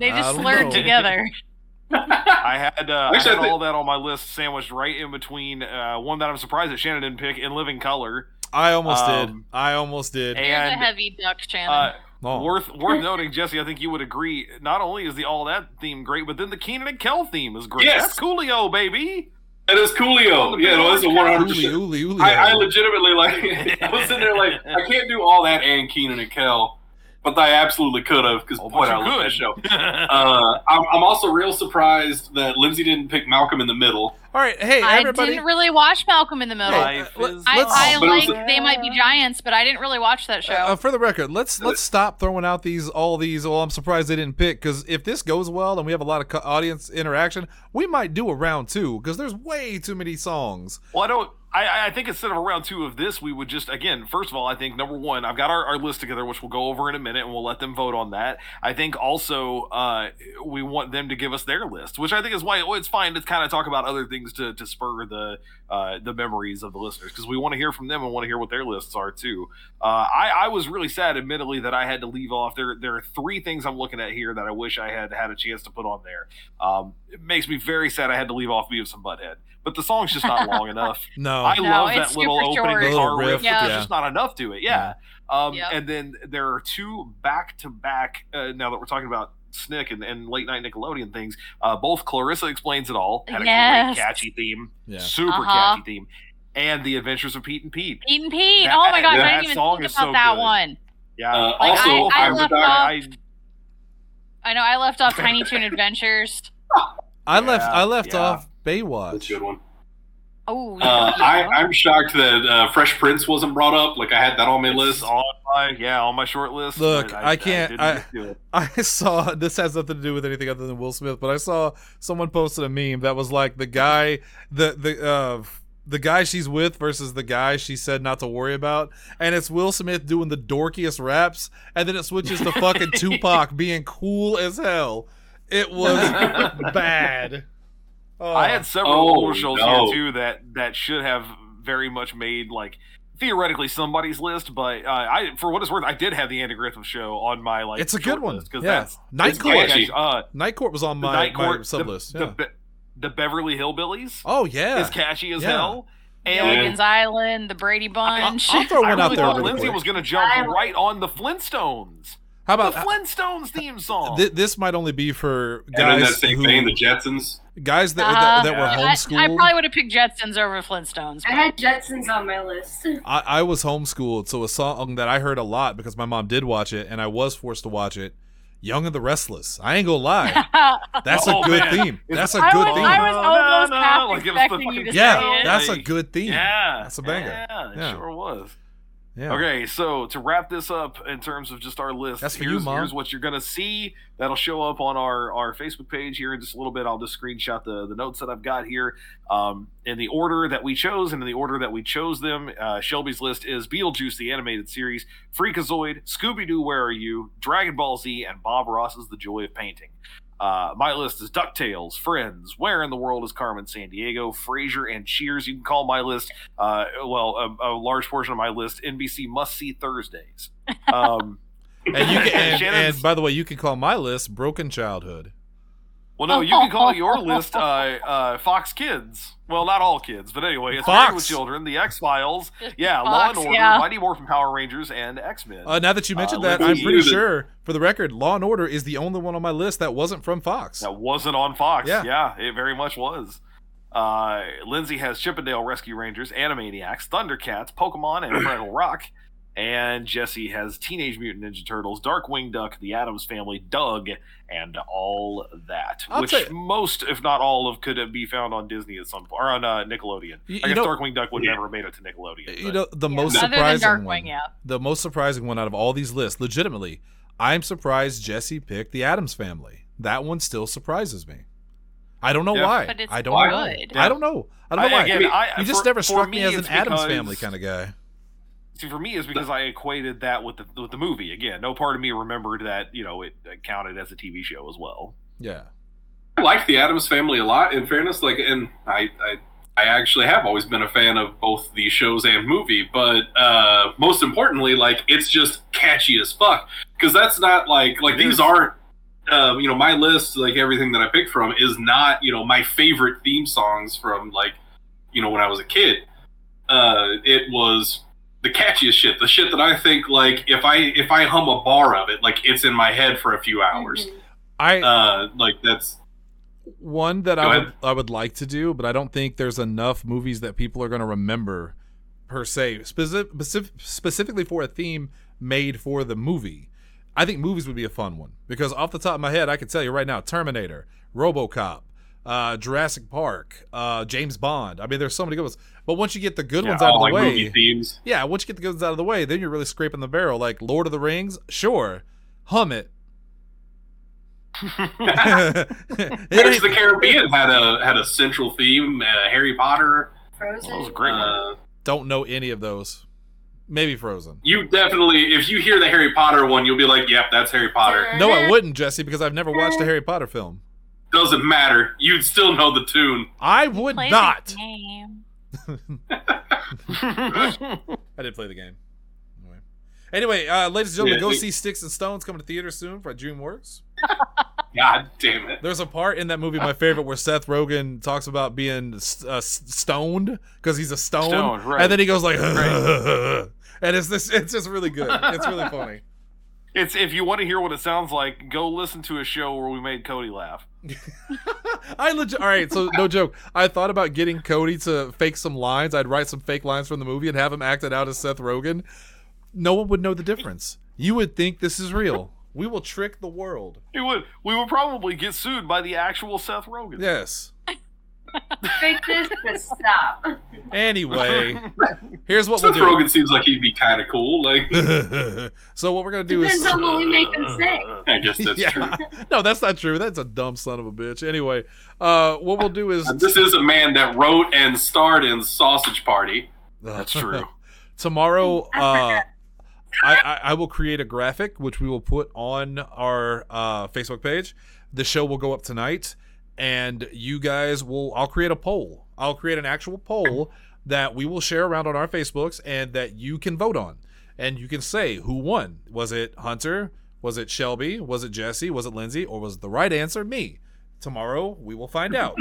[SPEAKER 3] They
[SPEAKER 1] I
[SPEAKER 3] just
[SPEAKER 1] don't
[SPEAKER 3] slurred
[SPEAKER 1] know.
[SPEAKER 3] together. (laughs)
[SPEAKER 2] I had, uh, I
[SPEAKER 5] Actually, I
[SPEAKER 2] had
[SPEAKER 5] think-
[SPEAKER 2] all that on my list sandwiched right in between uh, one that I'm surprised that Shannon didn't pick, In Living Color.
[SPEAKER 1] I almost did.
[SPEAKER 2] Um,
[SPEAKER 1] I almost did.
[SPEAKER 2] and-
[SPEAKER 3] There's a Heavy Duck, Shannon.
[SPEAKER 2] Uh,
[SPEAKER 1] Oh.
[SPEAKER 2] Worth worth noting, Jesse. I think you would agree. Not only is the all that theme great, but then the Keenan and Kel theme is great.
[SPEAKER 5] Yes.
[SPEAKER 2] That's Coolio, baby.
[SPEAKER 5] It is Coolio. Yeah, it was a one hundred
[SPEAKER 1] Ooly,
[SPEAKER 5] percent.
[SPEAKER 1] ooly, ooly.
[SPEAKER 5] I, I legitimately like. (laughs) I was sitting there like, I can't do all that and Keenan and Kel, but I absolutely could have because
[SPEAKER 2] Oh,
[SPEAKER 5] boy,
[SPEAKER 2] but
[SPEAKER 5] I
[SPEAKER 2] you
[SPEAKER 5] love
[SPEAKER 2] could. (laughs)
[SPEAKER 5] that show. Uh, I'm, I'm also real surprised that Lindsay didn't pick Malcolm in the Middle.
[SPEAKER 1] All right. Hey,
[SPEAKER 3] I
[SPEAKER 1] everybody.
[SPEAKER 3] didn't really watch Malcolm in the Middle.
[SPEAKER 1] Hey,
[SPEAKER 2] Life
[SPEAKER 1] uh, let-
[SPEAKER 2] is
[SPEAKER 3] I,
[SPEAKER 1] let's-
[SPEAKER 3] I
[SPEAKER 5] But it was
[SPEAKER 3] like They Might Be Giants, but I didn't really watch that show.
[SPEAKER 2] Oh.
[SPEAKER 1] Uh, for the record, let's let's stop throwing out these all these. Well, I'm surprised they didn't pick because if this goes well and we have a lot of co- audience interaction, we might do a round two because there's way too many songs.
[SPEAKER 2] Well, I don't. Oh, I, I think instead of a round two of this, we would just again. First of all, I think number one, I've got our, our list together, which we'll go over in a minute, and we'll let them vote on that. I think also uh, we want them to give us their list, which I think is why well, it's fine to kind of talk about other things to, to spur the uh, the memories of the listeners because we want to hear from them and want to hear what their lists are too. Uh, I, I was really sad, admittedly, that I had to leave off. There there are three things I'm looking at here that I wish I had had a chance to put on there. Um, it makes me very sad I had to leave off Beavis and Butthead, but the song's just not long enough.
[SPEAKER 1] Oh. No,
[SPEAKER 2] I
[SPEAKER 3] No,
[SPEAKER 2] love
[SPEAKER 3] it's
[SPEAKER 2] that little
[SPEAKER 3] super
[SPEAKER 1] Little
[SPEAKER 2] opening
[SPEAKER 3] short.
[SPEAKER 2] guitar riff.
[SPEAKER 1] riff,
[SPEAKER 2] but There's
[SPEAKER 1] yeah.
[SPEAKER 2] just not enough to it. Yeah. Um,
[SPEAKER 3] Yeah.
[SPEAKER 2] And then there are two back to back. Now that we're talking about Snick and, and late night Nickelodeon things, uh, both Clarissa explains it all had a
[SPEAKER 3] Yes.
[SPEAKER 2] great catchy theme,
[SPEAKER 1] yeah.
[SPEAKER 2] super
[SPEAKER 3] Uh-huh.
[SPEAKER 2] catchy theme, and The Adventures of Pete and Pete.
[SPEAKER 3] Pete and Pete.
[SPEAKER 2] That-
[SPEAKER 3] oh my gosh, I
[SPEAKER 2] that
[SPEAKER 3] didn't even
[SPEAKER 2] song
[SPEAKER 3] think about
[SPEAKER 2] is so
[SPEAKER 3] that
[SPEAKER 2] good.
[SPEAKER 3] one.
[SPEAKER 2] Yeah.
[SPEAKER 5] Uh,
[SPEAKER 3] Like,
[SPEAKER 5] also,
[SPEAKER 3] I- I
[SPEAKER 5] I'm
[SPEAKER 3] left
[SPEAKER 5] the
[SPEAKER 3] off-
[SPEAKER 5] guy.
[SPEAKER 3] I know I
[SPEAKER 2] (laughs)
[SPEAKER 3] left off Tiny Toon Adventures.
[SPEAKER 1] I left
[SPEAKER 2] Yeah,
[SPEAKER 1] I left
[SPEAKER 2] yeah.
[SPEAKER 1] off
[SPEAKER 5] That's a
[SPEAKER 1] Baywatch.
[SPEAKER 5] good one.
[SPEAKER 3] Oh,
[SPEAKER 5] Uh, I, I'm shocked that uh, Fresh Prince wasn't brought up. Like I had that on my
[SPEAKER 2] It's
[SPEAKER 5] list.
[SPEAKER 2] on my yeah on my short list.
[SPEAKER 1] Look,
[SPEAKER 2] but
[SPEAKER 1] I can't-
[SPEAKER 2] didn't
[SPEAKER 1] I-
[SPEAKER 2] get to it.
[SPEAKER 1] I (laughs) saw this has nothing to do with anything other than Will Smith, but I saw someone posted a meme that was like the guy the the uh the guy she's with versus the guy she said not to worry about, and it's Will Smith doing the dorkiest raps, and then it switches to
[SPEAKER 5] (laughs)
[SPEAKER 1] fucking Tupac being cool as hell. It
[SPEAKER 5] (laughs)
[SPEAKER 1] was bad. Oh,
[SPEAKER 2] I had several
[SPEAKER 5] Oh,
[SPEAKER 2] older shows
[SPEAKER 5] no.
[SPEAKER 2] here too that that should have very much made like theoretically somebody's list, but uh, I for what it's worth, I did have the Andy Griffith show on my like.
[SPEAKER 1] it's a good
[SPEAKER 2] short
[SPEAKER 1] one.
[SPEAKER 2] list,
[SPEAKER 1] Yeah.
[SPEAKER 2] 'cause that's
[SPEAKER 1] Night
[SPEAKER 5] it's
[SPEAKER 1] Court.
[SPEAKER 5] catchy.
[SPEAKER 2] Actually, uh,
[SPEAKER 1] Night Court was on
[SPEAKER 2] the
[SPEAKER 1] my,
[SPEAKER 2] Night
[SPEAKER 1] my
[SPEAKER 2] Court,
[SPEAKER 1] sub
[SPEAKER 2] the,
[SPEAKER 1] list.
[SPEAKER 2] the
[SPEAKER 1] Yeah.
[SPEAKER 2] Be- the Beverly Hillbillies
[SPEAKER 1] oh yeah.
[SPEAKER 2] is catchy as
[SPEAKER 1] Yeah.
[SPEAKER 2] hell, and.
[SPEAKER 3] Gilligan's Island, the Brady Bunch. (laughs) Uh,
[SPEAKER 1] I'll throw
[SPEAKER 2] I
[SPEAKER 1] one out
[SPEAKER 2] really
[SPEAKER 1] there
[SPEAKER 2] thought
[SPEAKER 1] really
[SPEAKER 2] Lindsay
[SPEAKER 1] quick.
[SPEAKER 2] was going to jump
[SPEAKER 4] I-
[SPEAKER 2] right on the Flintstones.
[SPEAKER 1] How
[SPEAKER 2] The
[SPEAKER 1] about
[SPEAKER 2] Flintstones theme song.
[SPEAKER 1] Th- this might only be for
[SPEAKER 5] and in that
[SPEAKER 1] guys
[SPEAKER 5] same
[SPEAKER 1] who,
[SPEAKER 5] vein, the Jetsons.
[SPEAKER 1] guys that,
[SPEAKER 3] Uh-huh.
[SPEAKER 1] that, that were
[SPEAKER 3] I, I
[SPEAKER 1] homeschooled.
[SPEAKER 3] probably would have picked Jetsons over Flintstones. (laughs)
[SPEAKER 4] I had Jetsons on my list. (laughs)
[SPEAKER 1] I, I was homeschooled, so a song that I heard a lot because my mom did watch it, and I was forced to watch it. Young and the Restless. I ain't gonna
[SPEAKER 3] (laughs)
[SPEAKER 1] lie, that's
[SPEAKER 2] Oh,
[SPEAKER 1] a good
[SPEAKER 2] man.
[SPEAKER 1] theme.
[SPEAKER 2] It's
[SPEAKER 1] That's a
[SPEAKER 3] I
[SPEAKER 1] good
[SPEAKER 3] was,
[SPEAKER 1] theme.
[SPEAKER 3] I was
[SPEAKER 2] No,
[SPEAKER 3] almost
[SPEAKER 2] no, no,
[SPEAKER 3] half
[SPEAKER 2] like, give us the
[SPEAKER 3] expecting you
[SPEAKER 2] fucking-
[SPEAKER 3] to
[SPEAKER 1] yeah,
[SPEAKER 3] say it.
[SPEAKER 1] that's a good theme.
[SPEAKER 2] yeah,
[SPEAKER 1] That's a banger.
[SPEAKER 2] Yeah, it
[SPEAKER 1] Yeah.
[SPEAKER 2] sure was.
[SPEAKER 1] Yeah.
[SPEAKER 2] Okay, so to wrap this up in terms of just our list,
[SPEAKER 1] That's for you,
[SPEAKER 2] here's,
[SPEAKER 1] Mom.
[SPEAKER 2] here's what you're gonna see. That'll show up on our, our Facebook page here in just a little bit. I'll just screenshot the, the notes that I've got here. Um, in the order that we chose, and in the order that we chose them, uh, Shelby's list is Beetlejuice, the animated series, Freakazoid, Scooby Doo, Where Are You, Dragon Ball Z, and Bob Ross's The Joy of Painting. Uh, my list is DuckTales, Friends, Where in the World is Carmen San Diego, Frasier, and Cheers. You can call my list, uh, well, a, a large portion of my list, NBC Must See Thursdays. Um, (laughs)
[SPEAKER 1] And you can, and,
[SPEAKER 2] Shannon's-
[SPEAKER 1] and by the way, you can call my list "Broken Childhood."
[SPEAKER 2] well, no, you can call your list uh, uh, Fox Kids. Well, not all kids, but anyway, it's
[SPEAKER 1] Fox.
[SPEAKER 2] Married with Children, The X
[SPEAKER 3] (laughs)
[SPEAKER 2] Files,
[SPEAKER 3] Just
[SPEAKER 2] yeah,
[SPEAKER 3] Fox,
[SPEAKER 2] Law and Order,
[SPEAKER 3] yeah.
[SPEAKER 2] Mighty Morphin Power Rangers, and X Men.
[SPEAKER 1] Uh, now that you mentioned
[SPEAKER 2] Uh,
[SPEAKER 1] that,
[SPEAKER 5] look
[SPEAKER 1] I'm
[SPEAKER 5] at
[SPEAKER 1] pretty
[SPEAKER 5] you.
[SPEAKER 1] sure, for the record, Law and Order is the only one on my list that wasn't from Fox.
[SPEAKER 2] That wasn't on Fox.
[SPEAKER 1] Yeah.
[SPEAKER 2] Yeah, it very much was. Uh, Lindsay has Chippendale Rescue Rangers, Animaniacs, Thundercats,
[SPEAKER 1] (clears throat)
[SPEAKER 2] Pokemon, and Fraggle Rock. And Jesse has Teenage Mutant Ninja Turtles, Darkwing Duck, The Adams Family, Doug, and all that.
[SPEAKER 1] I'll
[SPEAKER 2] which
[SPEAKER 1] tell you-
[SPEAKER 2] most, if not all, of could be found on Disney at some point, or on uh, Nickelodeon.
[SPEAKER 1] You- you
[SPEAKER 2] I guess
[SPEAKER 1] know-
[SPEAKER 2] Darkwing Duck would
[SPEAKER 5] Yeah.
[SPEAKER 2] never have made it to Nickelodeon.
[SPEAKER 1] You
[SPEAKER 2] but-
[SPEAKER 1] know, the
[SPEAKER 4] Yeah.
[SPEAKER 1] most
[SPEAKER 3] Other than
[SPEAKER 1] surprising
[SPEAKER 3] Darkwing,
[SPEAKER 1] one,
[SPEAKER 3] yeah.
[SPEAKER 1] the most surprising one out of all these lists, legitimately, I'm surprised Jesse picked the Adams Family. That one still surprises me. I don't know
[SPEAKER 2] Yeah.
[SPEAKER 1] why.
[SPEAKER 3] But it's
[SPEAKER 1] I don't
[SPEAKER 3] why.
[SPEAKER 1] know.
[SPEAKER 3] good.
[SPEAKER 1] I don't know. I don't know
[SPEAKER 2] I-
[SPEAKER 1] why.
[SPEAKER 2] again, I-
[SPEAKER 1] you just
[SPEAKER 2] for-
[SPEAKER 1] never
[SPEAKER 2] for
[SPEAKER 1] struck me,
[SPEAKER 2] me,
[SPEAKER 1] as an
[SPEAKER 2] it's
[SPEAKER 1] Adams
[SPEAKER 2] because-
[SPEAKER 1] Family kind of guy.
[SPEAKER 2] See, for me, is because I equated that with the with the movie. Again, no part of me remembered that you know it counted as a TV show as well.
[SPEAKER 1] Yeah.
[SPEAKER 5] I like the Adams Family a lot. In fairness, like, and I, I, I actually have always been a fan of both the shows and movie. But uh, most importantly, like, it's just catchy as fuck. Because that's not like like
[SPEAKER 2] It
[SPEAKER 5] these
[SPEAKER 2] is.
[SPEAKER 5] aren't. Um, you know, my list, like everything that I picked from, is not you know my favorite theme songs from like you know when I was a kid. Uh, it was the catchiest shit, the shit that I think like if I if I hum a bar of it, like it's in my head for a few hours.
[SPEAKER 1] I
[SPEAKER 5] Uh, like that's
[SPEAKER 1] one that
[SPEAKER 5] Go
[SPEAKER 1] I would
[SPEAKER 5] ahead.
[SPEAKER 1] I would like to do, but I don't think there's enough movies that people are going to remember per se, specific, specifically for a theme made for the movie. I think movies would be a fun one because off the top of my head, I can tell you right now: Terminator, RoboCop, uh, Jurassic Park, uh, James Bond. I mean, there's so many good ones. But once you get the good
[SPEAKER 2] Yeah,
[SPEAKER 1] ones out of
[SPEAKER 5] all
[SPEAKER 1] the
[SPEAKER 5] like
[SPEAKER 1] way,
[SPEAKER 5] movie themes.
[SPEAKER 1] yeah, once you get the goods out of the way, then you're really scraping the barrel. Like Lord of the Rings, sure, hum
[SPEAKER 5] (laughs)
[SPEAKER 1] it. (laughs) It
[SPEAKER 5] Pirates
[SPEAKER 1] ain't-
[SPEAKER 5] of the Caribbean had a had a central theme. Uh, Harry Potter.
[SPEAKER 4] Frozen.
[SPEAKER 2] That was a great one.
[SPEAKER 5] Uh,
[SPEAKER 1] don't know any of those. Maybe Frozen.
[SPEAKER 5] you definitely, if you hear the Harry Potter one, you'll be like, "Yep, that's Harry Potter."
[SPEAKER 1] No, I wouldn't, Jesse, because I've never watched a Harry Potter film.
[SPEAKER 5] Doesn't matter. You'd still know the tune.
[SPEAKER 1] I would
[SPEAKER 3] play the
[SPEAKER 1] not.
[SPEAKER 3] game.
[SPEAKER 1] I did play the game. Anyway, anyway uh, ladies and gentlemen,
[SPEAKER 5] Yeah,
[SPEAKER 1] go
[SPEAKER 5] we-
[SPEAKER 1] see Sticks and Stones coming to theater soon for DreamWorks.
[SPEAKER 5] God damn it!
[SPEAKER 1] There's a part in that movie, my favorite, where Seth Rogen talks about being st- uh, s- stoned because he's a stone,
[SPEAKER 2] Stoned, right.
[SPEAKER 1] and then he goes like,
[SPEAKER 2] Right.
[SPEAKER 1] (laughs) and it's this, it's just really good. It's really funny.
[SPEAKER 2] It's if you want to hear what it sounds like, go listen to a show where we made Cody laugh.
[SPEAKER 1] I legit. All right, so no joke. I thought about getting Cody to fake some lines. I'd write some fake lines from the movie and have him act it out as Seth Rogen. No one would know the difference. You would think this is real. We will trick the world.
[SPEAKER 2] It would we would probably get sued by the actual Seth Rogen.
[SPEAKER 1] Yes.
[SPEAKER 4] Fake this
[SPEAKER 1] (laughs)
[SPEAKER 4] to stop.
[SPEAKER 1] Anyway, here's what we'll
[SPEAKER 5] Seth
[SPEAKER 1] do.
[SPEAKER 5] Rogen seems like he'd be kind of cool. Like, (laughs)
[SPEAKER 1] (laughs) so what we're gonna do
[SPEAKER 4] Depends
[SPEAKER 1] is (laughs)
[SPEAKER 4] on what we make
[SPEAKER 1] Uh,
[SPEAKER 4] them say.
[SPEAKER 5] I guess
[SPEAKER 2] (laughs)
[SPEAKER 5] that's
[SPEAKER 1] Yeah.
[SPEAKER 5] true.
[SPEAKER 1] no, that's not true. That's a dumb son of a bitch. Anyway, uh, what we'll do is
[SPEAKER 5] And
[SPEAKER 1] (laughs)
[SPEAKER 5] This is a man that wrote and starred in Sausage Party.
[SPEAKER 2] That's true.
[SPEAKER 1] tomorrow uh I, I i will create a graphic which we will put on our uh facebook page the show will go up tonight and you guys will i'll create a poll i'll create an actual poll that we will share around on our facebooks and that you can vote on and you can say who won was it hunter was it shelby was it jesse was it lindsay or was the right answer me tomorrow we will find out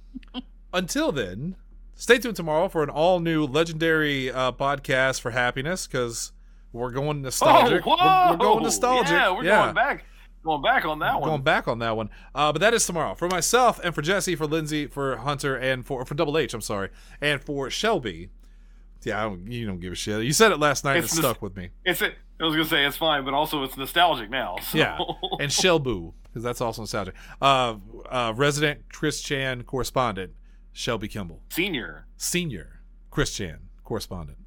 [SPEAKER 2] (laughs)
[SPEAKER 1] until then stay tuned tomorrow for an all new legendary uh, podcast for happiness because we're going (laughs)
[SPEAKER 2] Oh,
[SPEAKER 1] nostalgic.
[SPEAKER 2] whoa!
[SPEAKER 1] we're, we're going nostalgic.
[SPEAKER 2] Yeah, we're going back, going back on that
[SPEAKER 1] We're
[SPEAKER 2] one.
[SPEAKER 1] Going back on that one. Uh, but that is tomorrow for myself and for Jesse, for Lindsay, for Hunter, and for for Double H. I'm sorry, and for Shelby. Yeah, I don't, you don't give a shit. You said it last night. and It
[SPEAKER 2] It's the-
[SPEAKER 1] stuck with me.
[SPEAKER 2] It's it. I was gonna say it's fine, but also it's nostalgic now. so-
[SPEAKER 1] Yeah. And Shelbu, because that's also nostalgic. Uh, uh, resident Chris Chan correspondent, Shelby Kimball.
[SPEAKER 2] (laughs) Senior.
[SPEAKER 1] Senior Chris Chan correspondent.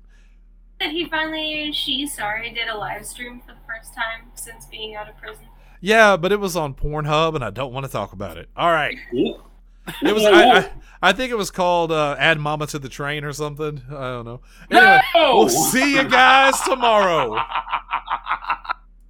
[SPEAKER 4] that he finally, she, sorry, did a live stream for the first time since being out of prison?
[SPEAKER 1] Yeah, but it was on Pornhub, and I don't want to talk about it. All right.
[SPEAKER 5] Ooh.
[SPEAKER 1] It was. I, I, I think it was called uh, "Add Mama to the Train" or something. I don't know. Anyway,
[SPEAKER 5] No!
[SPEAKER 1] we'll see you guys tomorrow.